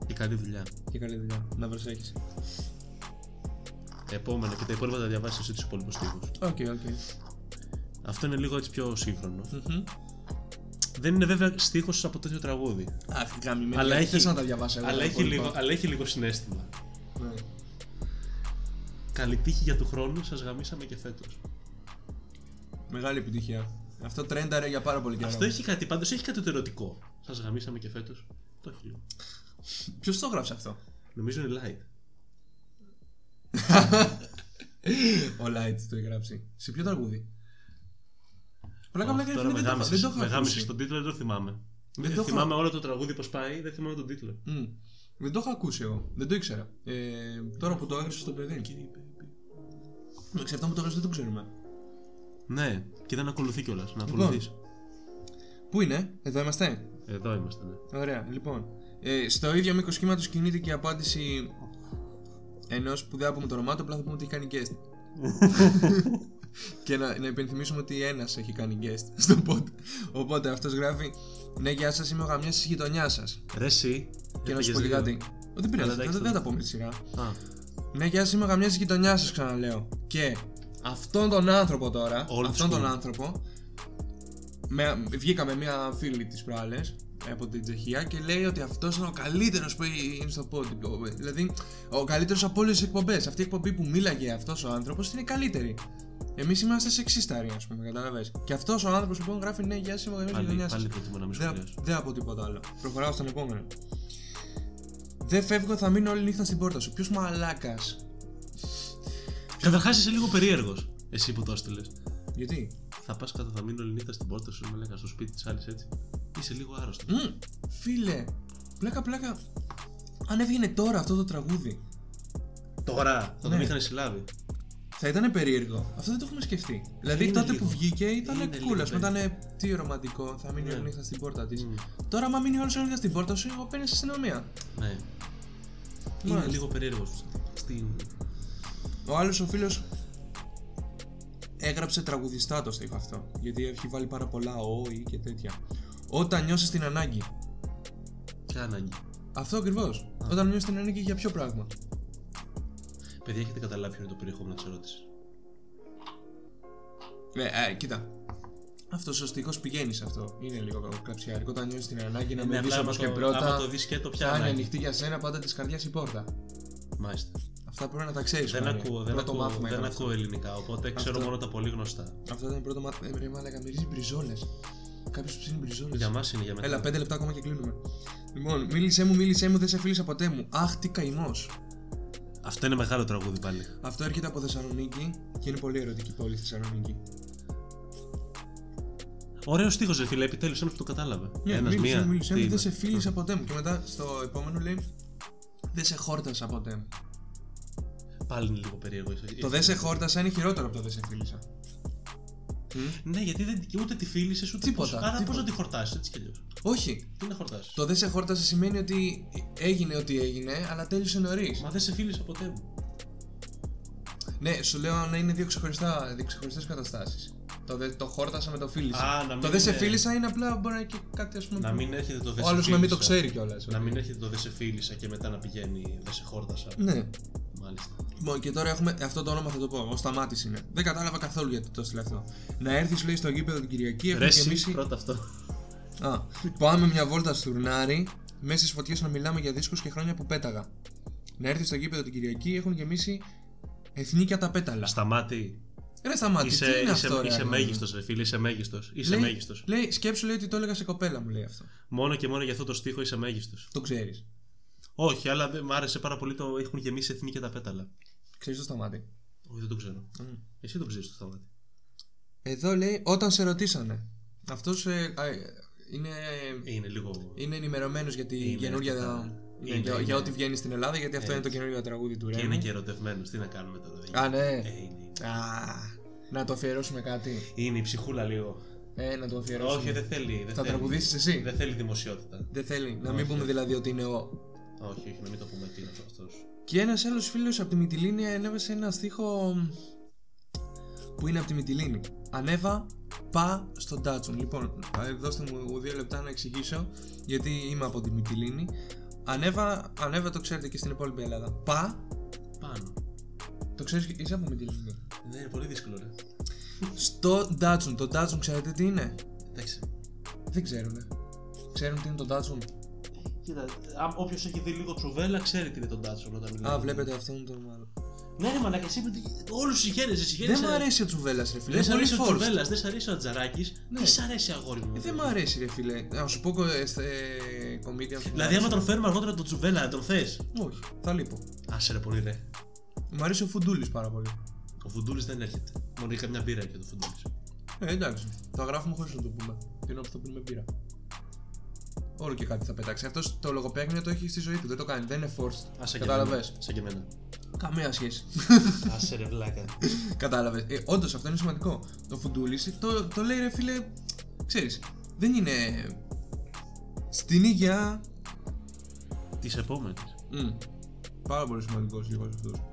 Speaker 1: Και καλή δουλειά.
Speaker 2: Και καλή δουλειά. Να προσέχεις.
Speaker 1: Επόμενο και τα υπόλοιπα θα διαβάσεις εσύ τους υπόλοιπους τύπους.
Speaker 2: Οκ, οκ.
Speaker 1: Αυτό είναι λίγο έτσι πιο σύγχρονο. Δεν είναι βέβαια στίχος από τέτοιο τραγούδι.
Speaker 2: Αφικά μη
Speaker 1: αλλά, έχει,
Speaker 2: να τα Ναι. διαβάσω.
Speaker 1: αλλά, έχει λίγο, αλλά έχει λίγο συνέστημα. Καλή τύχη για του χρόνου, σας γαμίσαμε και φέτος.
Speaker 2: Μεγάλη επιτυχία. Αυτό τρένταρε για πάρα πολύ καιρό.
Speaker 1: Αυτό έχει κάτι, πάντως έχει κάτι το ερωτικό. Σας γαμίσαμε και φέτος. Το έχει λίγο.
Speaker 2: Ποιος το γράψε αυτό.
Speaker 1: Νομίζω είναι light.
Speaker 2: Ο Light το έχει γράψει. Σε ποιο τραγούδι. Πλάκα,
Speaker 1: Ω,
Speaker 2: πλάκα,
Speaker 1: Τώρα
Speaker 2: ρε φίλε, δεν το- δεν το
Speaker 1: μεγάμισε.
Speaker 2: έχω ακούσει.
Speaker 1: Μεγάμισε τον τίτλο, δεν το θυμάμαι.
Speaker 2: Δεν
Speaker 1: Δεν
Speaker 2: το
Speaker 1: θυμάμαι όλο το τραγούδι πώς πάει, δεν θυμάμαι τον τίτλο.
Speaker 2: Μμ. Δεν το είχα ακούσει εγώ. Δεν το ήξερα. Ε, τώρα που το έγραψες στο παιδί. Εντάξει, αυτό που το έγραψες δεν το ξέρουμε.
Speaker 1: Ναι, και δεν ακολουθεί κιόλας. Να
Speaker 2: Λοιπόν.
Speaker 1: ακολουθείς.
Speaker 2: Πού είναι, εδώ είμαστε.
Speaker 1: Εδώ είμαστε, ναι.
Speaker 2: Ωραία, λοιπόν. Ε, στο ίδιο μήκος κύματο κινείται και η απάντηση ενός που δεν θα πούμε το όνομά του, απλά θα πούμε ότι έχει κάνει guest. <laughs> και να, να υπενθυμίσουμε ότι ένας έχει κάνει guest στο pod. Οπότε αυτός γράφει Ναι, γεια σας, είμαι ο γαμιάς της γειτονιάς σας.
Speaker 1: Ρε, εσύ.
Speaker 2: Και να
Speaker 1: έφαγες
Speaker 2: σου πω και
Speaker 1: δύο.
Speaker 2: κάτι. Ε, Δεν πειράζει,
Speaker 1: Αλλά εντάξει,
Speaker 2: δεν, δεν
Speaker 1: θα-
Speaker 2: τα πούμε τη σειρά.
Speaker 1: Α,
Speaker 2: Ναι, γεια σας, είμαι ο γαμιάς της γειτονιάς σας, ξαναλέω. Και αυτόν τον άνθρωπο τώρα,
Speaker 1: Old
Speaker 2: αυτόν
Speaker 1: school.
Speaker 2: τον άνθρωπο, με, βγήκαμε μία φίλη της προάλλες από την Τσεχία και λέει ότι αυτός είναι ο καλύτερος που είναι στο πόντιο. Δηλαδή, ο καλύτερος από όλες τις εκπομπές. Αυτή η εκπομπή που μίλαγε αυτός ο άνθρωπος είναι η καλύτερη. Εμείς είμαστε σεξίσταροι, ας πούμε, καταλαβες. Και αυτός ο άνθρωπος λοιπόν γράφει ναι, γεια σα, είμαι ο γαμιά τη
Speaker 1: πάλι,
Speaker 2: γειτονιά σα.
Speaker 1: πάλι προτιμώ να μην σου
Speaker 2: Δεν,
Speaker 1: χρειάζω.
Speaker 2: δεν από τίποτα άλλο. Προχωράω στον επόμενο. Δεν φεύγω, θα μείνω όλη νύχτα στην πόρτα σου. Ποιος μαλάκας.
Speaker 1: Καταρχάς είσαι λίγο περίεργος. Εσύ που το έστειλες.
Speaker 2: Γιατί.
Speaker 1: Θα πας κάτω, θα μείνω όλη νύχτα στην πόρτα σου, με λέγανε στο σπίτι της άλλης έτσι. Είσαι λίγο άρρωστος.
Speaker 2: Μμ, φίλε, πλάκα πλάκα. Αν έβγαινε τώρα αυτό το τραγούδι,
Speaker 1: Τώρα θα τον
Speaker 2: Ναι.
Speaker 1: είχαν συλλάβει.
Speaker 2: θα ήταν περίεργο. Αυτό δεν το έχουμε σκεφτεί. Δηλαδή
Speaker 1: Είναι
Speaker 2: τότε
Speaker 1: λίγο.
Speaker 2: που βγήκε ήταν
Speaker 1: Είναι
Speaker 2: cool,
Speaker 1: λίγο
Speaker 2: ας πούμε. Ήταν τι ρομαντικό, θα μείνει
Speaker 1: Ναι.
Speaker 2: όλη νύχτα στην πόρτα της.
Speaker 1: Μμ.
Speaker 2: Τώρα, άμα μείνει όλη νύχτα στην πόρτα σου, εγώ παίρνει αστυνομία.
Speaker 1: Ναι. Είναι
Speaker 2: Μάλιστα.
Speaker 1: λίγο περίεργος στην.
Speaker 2: Ο άλλος ο φίλος έγραψε τραγουδιστά το στίχο αυτό. Γιατί έχει βάλει πάρα πολλά ο ή και τέτοια. Όταν νιώσεις την ανάγκη.
Speaker 1: Ποια ανάγκη.
Speaker 2: Αυτό ακριβώς. Όταν νιώσεις την ανάγκη για ποιο πράγμα.
Speaker 1: Παιδιά, έχετε καταλάβει ποιο είναι το περιεχόμενο της ερώτησης.
Speaker 2: Ναι, ε, κοίτα. Αυτός ο στίχος πηγαίνει σε αυτό. Είναι λίγο καψιάρικο. Όταν νιώσει την ανάγκη να με
Speaker 1: απλά
Speaker 2: δει
Speaker 1: άμα
Speaker 2: όπω και
Speaker 1: το- άμα
Speaker 2: πρώτα.
Speaker 1: το δεις και το πια
Speaker 2: Θα είναι
Speaker 1: ανάγκη.
Speaker 2: ανοιχτή για σένα πάντα της καρδιάς η πόρτα.
Speaker 1: Μάλιστα.
Speaker 2: Αυτά πρέπει να τα ξέρεις.
Speaker 1: Δεν ακούω, δεν
Speaker 2: πρώτο
Speaker 1: ακούω,
Speaker 2: μάθημα
Speaker 1: δεν
Speaker 2: ήταν αυτό.
Speaker 1: ακούω ελληνικά, οπότε ξέρω
Speaker 2: Αυτό.
Speaker 1: μόνο τα πολύ γνωστά.
Speaker 2: Αυτό ήταν πρώτο μάθημα. Ε, Ρε μάλακα, μυρίζεις μπριζόλες. Κάποιος ψήνει μπριζόλες.
Speaker 1: Για μας είναι για μετά.
Speaker 2: Έλα, πέντε λεπτά ακόμα και κλείνουμε. Λοιπόν, μίλησέ μου, μίλησέ μου, δεν σε φίλησα ποτέ μου. Αχ, τι καημός.
Speaker 1: Αυτό είναι μεγάλο τραγούδι πάλι.
Speaker 2: Αυτό έρχεται από Θεσσαλονίκη και είναι πολύ ερωτική πόλη η Θεσσαλονίκη.
Speaker 1: Ωραίος στίχος, ρε φίλε, επιτέλους ένας που το κατάλαβε.
Speaker 2: Ναι,
Speaker 1: Ένας,
Speaker 2: μίλησε,
Speaker 1: μία.
Speaker 2: μου μίλησε,
Speaker 1: τι
Speaker 2: μου, δεν
Speaker 1: είναι.
Speaker 2: σε φίλησα ποτέ μου. Και μετά στο επόμενο λέει, δεν σε χόρτασα ποτέ μου.
Speaker 1: Πάλι είναι λίγο περίεργο.
Speaker 2: Το
Speaker 1: ε.
Speaker 2: δεν σε χόρτασα είναι χειρότερο από το δεν σε φίλησα. Μμ.
Speaker 1: Ναι, γιατί δεν, ούτε τη φίλησες ούτε
Speaker 2: Τίποτα,
Speaker 1: πώς- Άρα πώς
Speaker 2: τίποτα.
Speaker 1: να τη χορτάσεις, έτσι κι αλλιώς.
Speaker 2: Όχι.
Speaker 1: Τι να χορτάσεις.
Speaker 2: Το δεν σε χόρτασα σημαίνει ότι έγινε ό,τι έγινε, αλλά τέλειωσε νωρίς.
Speaker 1: Μα δεν σε φίλησε ποτέ μου.
Speaker 2: Ναι, σου λέω να είναι δύο ξεχωριστά, δύο ξεχωριστές καταστάσεις. Το, δε, το χόρτασα με το φίλησα.
Speaker 1: Α, να μην
Speaker 2: το δεν σε
Speaker 1: είναι-
Speaker 2: φίλησα είναι απλά μπορεί και κάτι ας πούμε.
Speaker 1: Να
Speaker 2: που-
Speaker 1: μην έρχεται το δε
Speaker 2: Ο
Speaker 1: σε
Speaker 2: άλλος να μην το
Speaker 1: φίλησα.
Speaker 2: ξέρει κιόλας.
Speaker 1: Να μην έρχεται το δε σε φίλησα και μετά να πηγαίνει δε σε χόρτασα.
Speaker 2: Ναι.
Speaker 1: Μάλιστα.
Speaker 2: Λοιπόν, και τώρα έχουμε. Αυτό το όνομα θα το πω. Ο Σταμάτη είναι. Δεν κατάλαβα καθόλου γιατί το στείλε αυτό. Να έρθεις, λέει, στο γήπεδο την Κυριακή. Έχουμε
Speaker 1: Ρε, εσύ,
Speaker 2: γεμίσει.
Speaker 1: πρώτα αυτό.
Speaker 2: Α, πάμε μια βόλτα στο τουρνάρι. Μέσα στις φωτιές να μιλάμε για δίσκους και χρόνια που πέταγα. Να έρθει στο γήπεδο την Κυριακή. Έχουν γεμίσει εθνίκια τα πέταλα.
Speaker 1: Σταμάτη.
Speaker 2: Ρε Σταμάτη,
Speaker 1: Είσαι,
Speaker 2: τι είναι
Speaker 1: είσαι,
Speaker 2: αυτό, ρε, Ναι.
Speaker 1: είσαι
Speaker 2: αγόρι μου.
Speaker 1: μέγιστος, ρε φίλε, είσαι μέγιστος. Είσαι
Speaker 2: λέει,
Speaker 1: μέγιστος.
Speaker 2: Λέει, σκέψου λέει ότι το έλεγα σε κοπέλα μου λέει αυτό.
Speaker 1: Μόνο και μόνο για αυτό το στίχο είσαι μέγιστος.
Speaker 2: Το ξέρεις.
Speaker 1: Όχι, αλλά δεν- μ' άρεσε πάρα πολύ το έχουν γεμίσει εθνή και τα πέταλα.
Speaker 2: Ξέρεις το σταμάτη.
Speaker 1: Όχι, δεν το ξέρω. Εσύ το ξέρεις το σταμάτη.
Speaker 2: Εδώ λέει όταν σε ρωτήσανε. Αυτός ε, α, ε, είναι,
Speaker 1: Είναι λίγο.
Speaker 2: είναι ενημερωμένος για τη
Speaker 1: Είναι
Speaker 2: καινούργια.
Speaker 1: αρκετά.
Speaker 2: ναι,
Speaker 1: Είναι,
Speaker 2: για,
Speaker 1: είναι.
Speaker 2: για ό,τι βγαίνει στην Ελλάδα, γιατί αυτό
Speaker 1: Έτσι.
Speaker 2: είναι το καινούργιο τραγούδι του
Speaker 1: Και
Speaker 2: Ρέμου.
Speaker 1: είναι και ερωτευμένος. Τι να κάνουμε τώρα. δεν
Speaker 2: ναι. Α, ναι.
Speaker 1: γίνεται. Ε, είναι.
Speaker 2: Α, να το αφιερώσουμε κάτι.
Speaker 1: Είναι η ψυχούλα λίγο.
Speaker 2: Ε, να το αφιερώσουμε.
Speaker 1: Όχι, δεν θέλει. Δεν
Speaker 2: Θα
Speaker 1: θέλει.
Speaker 2: τραγουδήσεις εσύ?
Speaker 1: Δεν θέλει δημοσιότητα.
Speaker 2: Δεν θέλει. Να
Speaker 1: Όχι.
Speaker 2: μην πούμε δηλαδή ότι είναι ο.
Speaker 1: Όχι, όχι, να μην το πούμε τι είναι αυτό.
Speaker 2: Και ένας άλλος φίλος από τη Μυτιλίνη ανέβασε ένα στίχο. που είναι από τη Μυτιλίνη. Ανέβα, πα στον Τάτσον. Λοιπόν, ε, δώστε μου δύο λεπτά να εξηγήσω, γιατί είμαι από τη Μυτιλίνη. Ανέβα, ανέβα το ξέρετε και στην υπόλοιπη Ελλάδα. Πα,
Speaker 1: Πάνω.
Speaker 2: το ξέρεις και είσαι από Μυτιλίνη.
Speaker 1: Ναι, είναι πολύ δύσκολο, ρε.
Speaker 2: Στο Τάτσον. Το Τάτσον ξέρετε τι είναι.
Speaker 1: Εντάξει.
Speaker 2: Δεν ξέρουνε. Ξέρουν τι είναι το Τάτσον.
Speaker 1: Κοίτα, όποιος έχει δει λίγο τσουβέλα ξέρει τι είναι τον Τάτσον όταν μιλάει.
Speaker 2: Α, βλέπετε αυτόν τον μάλλον.
Speaker 1: Ναι, ρε μαλακά, εσύ όλους συγχαίρεσαι. συγχαίρεσαι.
Speaker 2: Δεν μου αρέσει ο Τσουβέλλα, ρε φίλε.
Speaker 1: Δεν σ'
Speaker 2: είναι
Speaker 1: αρέσει ο
Speaker 2: πολύ forced.
Speaker 1: Τσουβέλλα, δεν σ' αρέσει ο Ατζαράκη.
Speaker 2: Ναι.
Speaker 1: Τι σ' αρέσει, αγόρι μου.
Speaker 2: Ε, Δεν μου αρέσει, ρε φίλε. Να σου πω ε, στε- ε, κομίτια. που μου
Speaker 1: Δηλαδή, άμα
Speaker 2: αρέσει.
Speaker 1: τον φέρουμε αργότερα τον Τσουβέλλα, να τον θες.
Speaker 2: Όχι, θα λείπω.
Speaker 1: Άσε ρε πολύ, ρε.
Speaker 2: Μου αρέσει ο Φουντούλης πάρα πολύ.
Speaker 1: Ο Φουντούλης δεν έρχεται. Μόνο για καμιά μπύρα έρχεται ο Φουντούλης.
Speaker 2: Ε, εντάξει. Το γράφουμε χωρίς να το πούμε. Την ώρα που θα πίνουμε μπύρα. Όλο και κάτι θα πετάξει. Αυτός το λογοπαίγνιο το έχει στη ζωή του. Δεν το κάνει. Δεν είναι forced.
Speaker 1: Άσε και
Speaker 2: Κατάλαβε.
Speaker 1: εμένα. Σαν και εμένα. <laughs>
Speaker 2: Καμία σχέση. <laughs>
Speaker 1: Άσε ρε βλάκα.
Speaker 2: Κατάλαβες. Ε, Όντως αυτό είναι σημαντικό. Το Φουντούλη το, το λέει ρε φίλε. Ξέρεις. Δεν είναι. Στην υγεία.
Speaker 1: Της επόμενης.
Speaker 2: Μμ. Πάρα πολύ σημαντικός λίγο αυτό.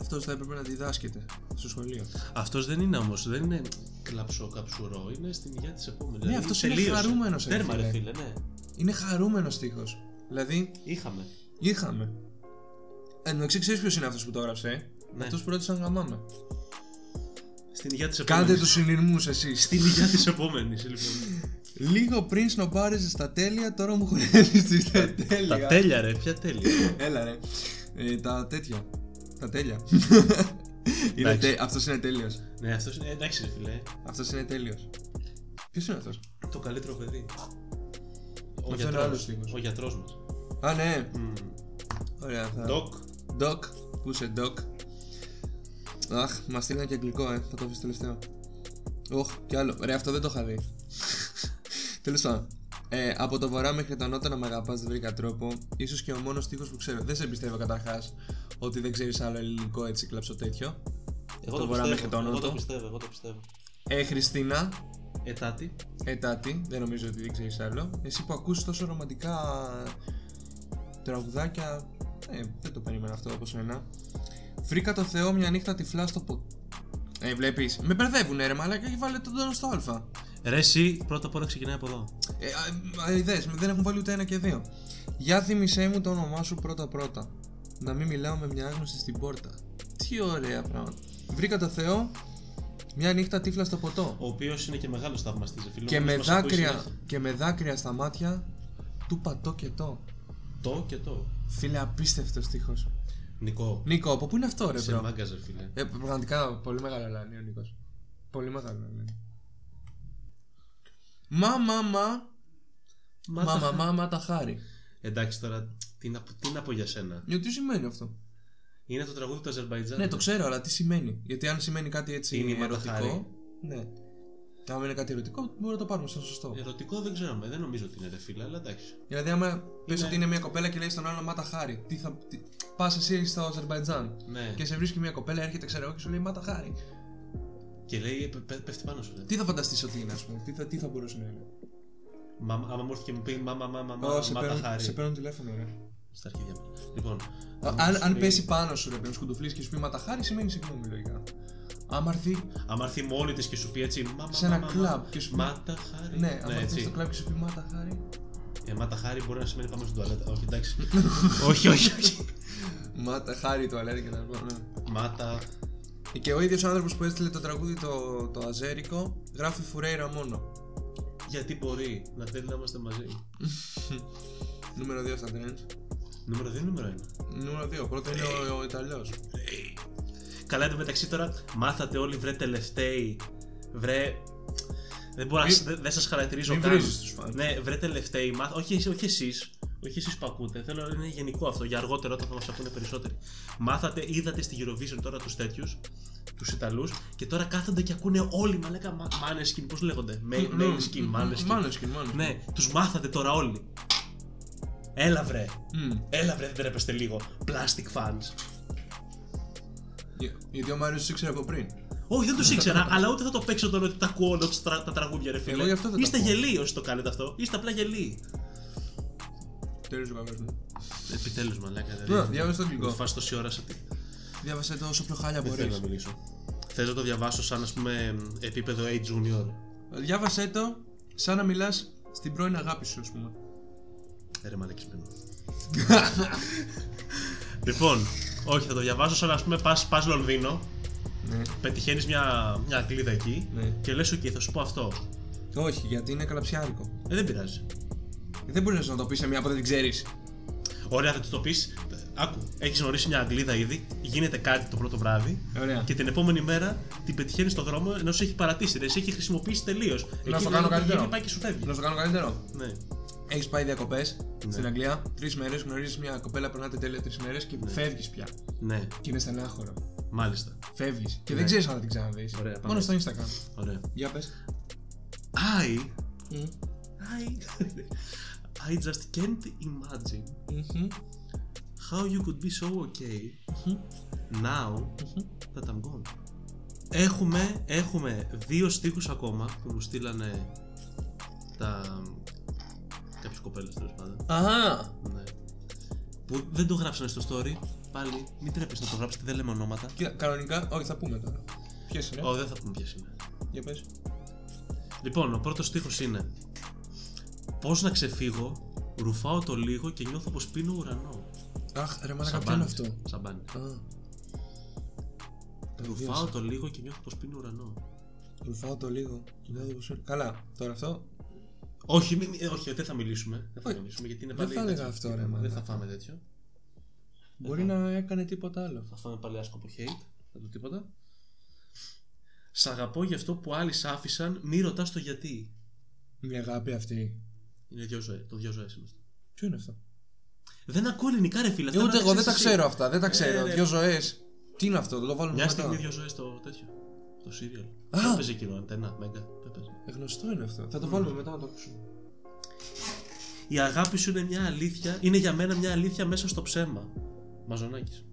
Speaker 2: Αυτό θα έπρεπε να διδάσκεται στο σχολείο.
Speaker 1: Αυτός δεν είναι όμως, δεν είναι κλαψό καψουρό, είναι στην υγεία της επόμενης.
Speaker 2: Ναι, αυτός είναι χαρούμενος, ρε
Speaker 1: Δηλαδή, Τέρμα, ρε
Speaker 2: φίλε.
Speaker 1: φίλε, ναι.
Speaker 2: Είναι χαρούμενος τείχο. Δηλαδή,
Speaker 1: Είχαμε.
Speaker 2: είχαμε. Ε, Εν τω μεταξύ, ξέρεις ποιος είναι αυτός που το έγραψε. ε?
Speaker 1: Ναι.
Speaker 2: Αυτός που ρώτησε αν γαμάμε.
Speaker 1: Στην υγεία της επόμενη.
Speaker 2: Κάντε τους συνειρμούς εσείς.
Speaker 1: Στην υγεία της επόμενης, λοιπόν.
Speaker 2: Λίγο πριν σνομπάριζες στα τέλεια, τώρα μου χορεύεις τις τέλεια.
Speaker 1: Τα τέλεια, ρε, ποια τέλεια.
Speaker 2: Έλα ρε. Ε, τα τέτοια. Τα τέλεια. είναι
Speaker 1: Εντάξει.
Speaker 2: τε... Αυτός είναι τέλειος.
Speaker 1: ναι, αυτός είναι. Εντάξει, ρε φίλε. ε,
Speaker 2: Αυτός είναι τέλειος. Ποιος είναι αυτός.
Speaker 1: Το καλύτερο παιδί. Ο
Speaker 2: Αυτό είναι άλλος
Speaker 1: γιατρός,
Speaker 2: στίχος.
Speaker 1: ο γιατρός μας.
Speaker 2: Α, ναι.
Speaker 1: Mm.
Speaker 2: Ωραία. Θα...
Speaker 1: Doc.
Speaker 2: Doc, πού είσαι Doc. Αχ, μας στείλανε και αγγλικό, ε. Θα το αφήσω τελευταίο. Οχ, κι άλλο. Ρε, αυτό δεν το είχα δει. <laughs> Τέλος πάντων. Ε, από το βορρά μέχρι τα νότα να με αγαπάς δεν βρήκα τρόπο. ίσως και ο μόνος τείχο που ξέρω. Δεν σε πιστεύω καταρχάς ότι δεν ξέρεις άλλο ελληνικό έτσι κλαψω τέτοιο.
Speaker 1: Εγώ
Speaker 2: το
Speaker 1: το,
Speaker 2: βορρά μέχρι
Speaker 1: πιστεύω,
Speaker 2: τον
Speaker 1: εγώ το
Speaker 2: νότο.
Speaker 1: πιστεύω, εγώ το πιστεύω.
Speaker 2: Ε, Χριστίνα, Ε,
Speaker 1: Ετάτη.
Speaker 2: ετάτη, δεν νομίζω ότι δεν ξέρεις άλλο. Εσύ που ακούς τόσο ρομαντικά τραγουδάκια. Ε, δεν το περίμενα αυτό από σένα. Βρήκα το Θεό μια νύχτα τυφλά στο ποτ. Ε, βλέπεις. Με μπερδεύουνε ρε, μαλάκα και βάλε τον τόνο στο Α.
Speaker 1: Ρε εσύ, πρώτα απ' όλα ξεκινάει από εδώ.
Speaker 2: Ε, α, ε, δες, δεν έχουν βάλει ούτε ένα και δύο. Για θύμισέ μου το όνομά σου πρώτα-πρώτα. Να μην μιλάω με μια άγνωση στην πόρτα. Τι ωραία πράγματα. Βρήκα το Θεό μια νύχτα τύφλα στο ποτό.
Speaker 1: Ο οποίος είναι και μεγάλος θαυμαστής, ρε φίλε.
Speaker 2: Και
Speaker 1: ο
Speaker 2: με,
Speaker 1: οποίος μας ακούει
Speaker 2: δάκρυα,
Speaker 1: συνέχεια.
Speaker 2: και με δάκρυα στα μάτια του πατώ και το.
Speaker 1: Το και το.
Speaker 2: Φίλε, απίστευτος στίχο.
Speaker 1: Νικό.
Speaker 2: Νίκο, από πού είναι αυτό, ρε
Speaker 1: Σε
Speaker 2: μπρο.
Speaker 1: μάγκας, ρε φίλε.
Speaker 2: Ε, πραγματικά πολύ μεγάλο λάνι ο Νίκος. Πολύ μεγάλο λάνι. Μα, μα, μα. Μα, μα, μα, μα, τα χάρη.
Speaker 1: Εντάξει τώρα, τι να, τι να πω για σένα.
Speaker 2: Για τι σημαίνει αυτό.
Speaker 1: Είναι το τραγούδι του Αζερβαϊτζάν.
Speaker 2: Ναι, το ξέρω, αλλά τι σημαίνει. Γιατί αν σημαίνει κάτι έτσι
Speaker 1: Είναι η Ματαχάρη.
Speaker 2: ερωτικό. Ναι. Αν είναι κάτι ερωτικό, μπορεί να το πάρουμε σαν σωστό.
Speaker 1: Ερωτικό δεν ξέρω, Ε, δεν νομίζω ότι είναι ρε φίλε, αλλά εντάξει.
Speaker 2: Δηλαδή, άμα πει ότι είναι μια κοπέλα και λέει στον άλλο Μάτα Χάρη, τι θα. Τι... Πας εσύ στο Αζερβαϊτζάν.
Speaker 1: Ναι.
Speaker 2: Και
Speaker 1: Και,
Speaker 2: σε βρίσκει μια κοπέλα, έρχεται, ξέρω εγώ, και σου λέει Μάτα Χάρη.
Speaker 1: λέει, πε- πε- πέφτει πάνω σου. Λέει.
Speaker 2: Τι θα φανταστείς ότι είναι, ας πούμε, τι θα, τι θα μπορούσε να είναι.
Speaker 1: Μα, άμα μου έρθει και μου πει μάμα, μάμα, μάμα,
Speaker 2: Ω, σε,
Speaker 1: μάμα,
Speaker 2: παίρνω, σε
Speaker 1: χάρη.
Speaker 2: παίρνω τηλέφωνο, ρε.
Speaker 1: Στα αρχίδια μου. Λοιπόν. άμα
Speaker 2: Αν,
Speaker 1: σου
Speaker 2: αν
Speaker 1: πει-
Speaker 2: πέσει πάνω σου, ρε παιδί, σκουντουφλής και σου πει Μάτα Χάρη, σημαίνει συγγνώμη, λογικά. Άμα έρθει
Speaker 1: Άμα έρθει μόνη της και σου πει έτσι. Μάμα,
Speaker 2: σε ένα
Speaker 1: μάμα,
Speaker 2: κλαμπ και σου πει.
Speaker 1: Μάτα χάρη.
Speaker 2: Ναι, άμα έρθεις
Speaker 1: έτσι.
Speaker 2: στο κλαμπ και σου πει Μάτα Χάρη.
Speaker 1: Ε, μάτα χάρη μπορεί να σημαίνει πάμε στην τουαλέτα. Όχι,
Speaker 2: <laughs>
Speaker 1: εντάξει. όχι, όχι, όχι.
Speaker 2: Μάτα Χάρη, το αλέρι και τα λοιπά. ναι.
Speaker 1: Μάτα.
Speaker 2: Και ο ίδιος άνθρωπος που έστειλε το τραγούδι το, το Αζέρικο γράφει Φουρέιρα μόνο.
Speaker 1: Γιατί μπορεί να θέλει να είμαστε μαζί.
Speaker 2: Νούμερο 2 στα τρέντ.
Speaker 1: Νούμερο 2 ή νούμερο 1.
Speaker 2: Νούμερο 2. Πρώτο είναι ο, ο Ιταλός.
Speaker 1: Καλά, εν τω μεταξύ τώρα μάθατε όλοι βρε τελευταίοι. Βρε. Δεν μπορώ να.
Speaker 2: Μη-
Speaker 1: σ- Δεν σας χαρακτηρίζω
Speaker 2: Μην
Speaker 1: καν.
Speaker 2: βρίζεις τους φαν.
Speaker 1: Ναι, βρε τελευταίοι. Μάθ... Όχι, εσ- όχι εσείς. Όχι εσείς που ακούτε. Θέλω να είναι γενικό αυτό για αργότερα όταν θα μας ακούνε περισσότεροι. Μάθατε, είδατε στη Eurovision τώρα τους τέτοιους. Τους Ιταλούς και τώρα κάθονται και ακούνε όλοι μαλάκα μάνε skin. Πώς λέγονται. Main skin, μάνε skin.
Speaker 2: Μάνεσκιν, μάνεσκιν.
Speaker 1: Ναι, τους μάθατε τώρα όλοι. Έλα βρε. Έλα βρε, δεν τρέπεστε λίγο. Plastic fans.
Speaker 2: Γιατί ο Μάριος τους ήξερε από πριν.
Speaker 1: Όχι, δεν τους ήξερα, αλλά ούτε θα το παίξω τώρα ότι τα ακούω όλα τους τρα- τα τραγούδια, ρε φίλε.
Speaker 2: Εγώ γι' αυτό δεν τα
Speaker 1: Είστε
Speaker 2: ακούω.
Speaker 1: γελοί όσοι το κάνετε αυτό. Είστε απλά γελοί.
Speaker 2: Τέλος ο καβέ μου.
Speaker 1: Επιτέλους, μαλάκα.
Speaker 2: Ναι, διάβασε το αγγλικό.
Speaker 1: Μου φάσει τόση ώρα σε τι.
Speaker 2: Διάβασε το όσο πιο χάλια
Speaker 1: Δεν θέλω
Speaker 2: μπορείς.
Speaker 1: να μιλήσω. Θες να το διαβάσω σαν ας πούμε επίπεδο A junior.
Speaker 2: Διάβασε το σαν να μιλάς στην πρώην αγάπη σου, ας πούμε.
Speaker 1: Ε, Ρε μαλάκι πριν. λοιπόν, όχι, θα το διαβάσω σαν ας πούμε πας Λονδίνο.
Speaker 2: Ναι.
Speaker 1: Πετυχαίνεις μια, μια κλίδα εκεί
Speaker 2: Ναι.
Speaker 1: και λες: OK, θα σου πω αυτό.
Speaker 2: Όχι, γιατί είναι καλαψιάρικο.
Speaker 1: Ε, δεν πειράζει.
Speaker 2: Δεν μπορείς να το πεις σε μια που δεν την ξέρεις.
Speaker 1: Ωραία, θα του το πεις. Άκου, έχεις γνωρίσει μια Αγγλίδα ήδη. Γίνεται κάτι το πρώτο βράδυ.
Speaker 2: Ε, Ωραία.
Speaker 1: Και την επόμενη μέρα την πετυχαίνεις στον δρόμο ενώ σε έχει παρατήσει. Δεν σε έχει χρησιμοποιήσει τελείως.
Speaker 2: Να στο κάνω καλύτερο.
Speaker 1: πάει και σου φεύγει.
Speaker 2: Να σου κάνω καλύτερο.
Speaker 1: Ναι.
Speaker 2: Έχεις πάει διακοπές
Speaker 1: Ναι.
Speaker 2: στην Αγγλία, τρεις μέρες, γνωρίζεις μια κοπέλα, περνάτε τέλεια τρεις μέρες και φεύγεις πια.
Speaker 1: ναι,
Speaker 2: Και είναι στενάχωρο.
Speaker 1: μάλιστα.
Speaker 2: Φεύγεις. Και
Speaker 1: Ναι.
Speaker 2: δεν ξέρεις αν θα την ξαναδείς.
Speaker 1: Ωραία, πάμε.
Speaker 2: Μόνο στο Instagram.
Speaker 1: Ωραία.
Speaker 2: Για πες.
Speaker 1: I, I, <laughs> I just can't imagine how you could be so okay now that I'm gone. Έχουμε, έχουμε δύο στίχους ακόμα που μου στείλανε τα... κάποιες κοπέλες τέλος πάντων.
Speaker 2: Αχ.
Speaker 1: Ναι. Που δεν το γράψανε στο story. Πάλι, μην τρέπεσαι να το γράψετε, δεν λέμε ονόματα.
Speaker 2: Κοίτα, κανονικά, όχι, θα πούμε τώρα. Ποιες είναι.
Speaker 1: Ω, δεν θα πούμε ποιες είναι.
Speaker 2: Για πες.
Speaker 1: Λοιπόν, ο πρώτος στίχος είναι Πώς να ξεφύγω, ρουφάω το λίγο και νιώθω πως πίνω ουρανό.
Speaker 2: Αχ, ρε μάνα ποιο είναι αυτό.
Speaker 1: Σαμπάνι.
Speaker 2: Α.
Speaker 1: Ρουφάω το λίγο και νιώθω πως πίνω ουρανό.
Speaker 2: Ρουφάω το λίγο. Κοιτάω το πως είναι. Καλά, τώρα αυτό.
Speaker 1: Όχι, μη- μη- όχι, ε, δεν θα μιλήσουμε. Δεν θα
Speaker 2: Όχι.
Speaker 1: μιλήσουμε γιατί είναι
Speaker 2: Δεν
Speaker 1: πάλι.
Speaker 2: θα έλεγα
Speaker 1: τέτοιο.
Speaker 2: αυτό, ρε,
Speaker 1: Δεν
Speaker 2: μαλάκα.
Speaker 1: θα φάμε τέτοιο.
Speaker 2: Μπορεί να έκανε τίποτα άλλο.
Speaker 1: Θα φάμε πάλι άσκοπο hate. Δεν το τίποτα. Σ' αγαπώ για αυτό που άλλοι σ' άφησαν, μη ρωτάς το γιατί.
Speaker 2: Μια αγάπη αυτή.
Speaker 1: Είναι δυο ζωές, το δυο ζωές είμαστε.
Speaker 2: Ποιο είναι αυτό.
Speaker 1: Δεν ακούω ελληνικά ρε φίλε.
Speaker 2: Ε,
Speaker 1: αυτά
Speaker 2: ούτε
Speaker 1: να
Speaker 2: εγώ δεν τα
Speaker 1: ξέρεις εσύ.
Speaker 2: ξέρω αυτά, δεν τα ξέρω.
Speaker 1: ρε.
Speaker 2: Δύο ζωές. Τι είναι αυτό, το βάλουμε
Speaker 1: Μια
Speaker 2: μετά.
Speaker 1: στιγμή δυο ζωές το τέτοιο. Το σύριαλ.
Speaker 2: Α!
Speaker 1: Το έπαιζε εκείνο, αντένα, μέγκα. το έπαιζε.
Speaker 2: Ε, Γνωστό είναι αυτό. Θα το
Speaker 1: Μμμ.
Speaker 2: βάλουμε μετά να το ακούσουμε.
Speaker 1: Η αγάπη σου είναι μια αλήθεια, είναι για μένα μια αλήθεια μέσα στο ψέμα. Μαζονάκης.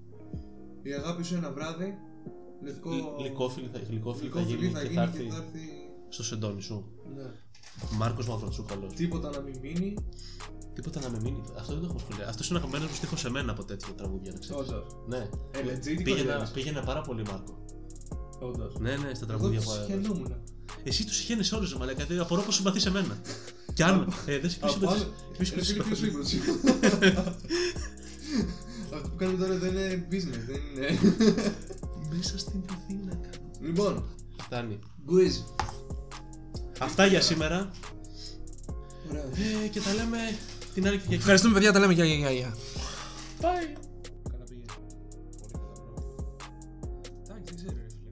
Speaker 2: Η αγάπη σου ένα βράδυ.
Speaker 1: Λυ- Γλυκόφιλη θα, γλυκόφιλη θα γίνει και θα έρθει στο σεντόνι σου. Μάρκος Μαυροτσούκαλος.
Speaker 2: Τίποτα να μην μείνει.
Speaker 1: Τίποτα να με μείνει. Αυτό δεν το έχουμε σχολιάσει. Αυτός είναι ο αγαπημένος μου στίχος σε μένα από τέτοια τραγούδια, να ξέρεις.
Speaker 2: Όντω.
Speaker 1: Ναι.
Speaker 2: Ε, legit,
Speaker 1: πήγαινα,
Speaker 2: κορυδεύεις.
Speaker 1: πήγαινα πάρα πολύ, Μάρκο.
Speaker 2: Όντω.
Speaker 1: Ναι, ναι, στα τραγούδια που έβαλες. Εσύ τους είχε όλου, μαλακά. Δεν δηλαδή απορώ πώ συμπαθεί σε μένα. Κι αν. ε, δεν σε ποιος συμπαθείς- ποιος
Speaker 2: Ε,
Speaker 1: συμπαθείς.
Speaker 2: Αυτό που κάνουμε τώρα δεν είναι business, δεν είναι. <laughs>
Speaker 1: Μέσα στην Αθήνα κάνω.
Speaker 2: Λοιπόν,
Speaker 1: Φτάνει.
Speaker 2: γκουίζ.
Speaker 1: Αυτά για σήμερα.
Speaker 2: Ωραία.
Speaker 1: Ε, και τα λέμε την άλλη Κυριακή.
Speaker 2: Ευχαριστούμε παιδιά, τα λέμε. Γεια, γεια, γεια.
Speaker 1: Bye.
Speaker 2: Καλά πήγε. Πολύ καλά Εντάξει, δεν ξέρω, ρε φίλε.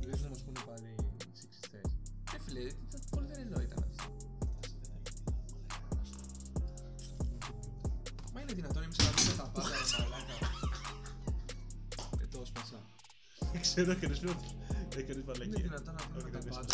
Speaker 2: Δηλαδή να μας πούνε πάλι οι σεξιστές. Ρε φίλε, ήταν πολύ τρελό ήταν αυτό. Μα είναι δυνατόν, εμείς αγαπούμε τα πάντα, ρε μαλάκα. ξέρω, έκανε πλέον. Έκανε
Speaker 1: Είναι
Speaker 2: βαλέκια.
Speaker 1: δυνατόν να
Speaker 2: Όχι,
Speaker 1: βρούμε
Speaker 2: δεν
Speaker 1: τα
Speaker 2: πες.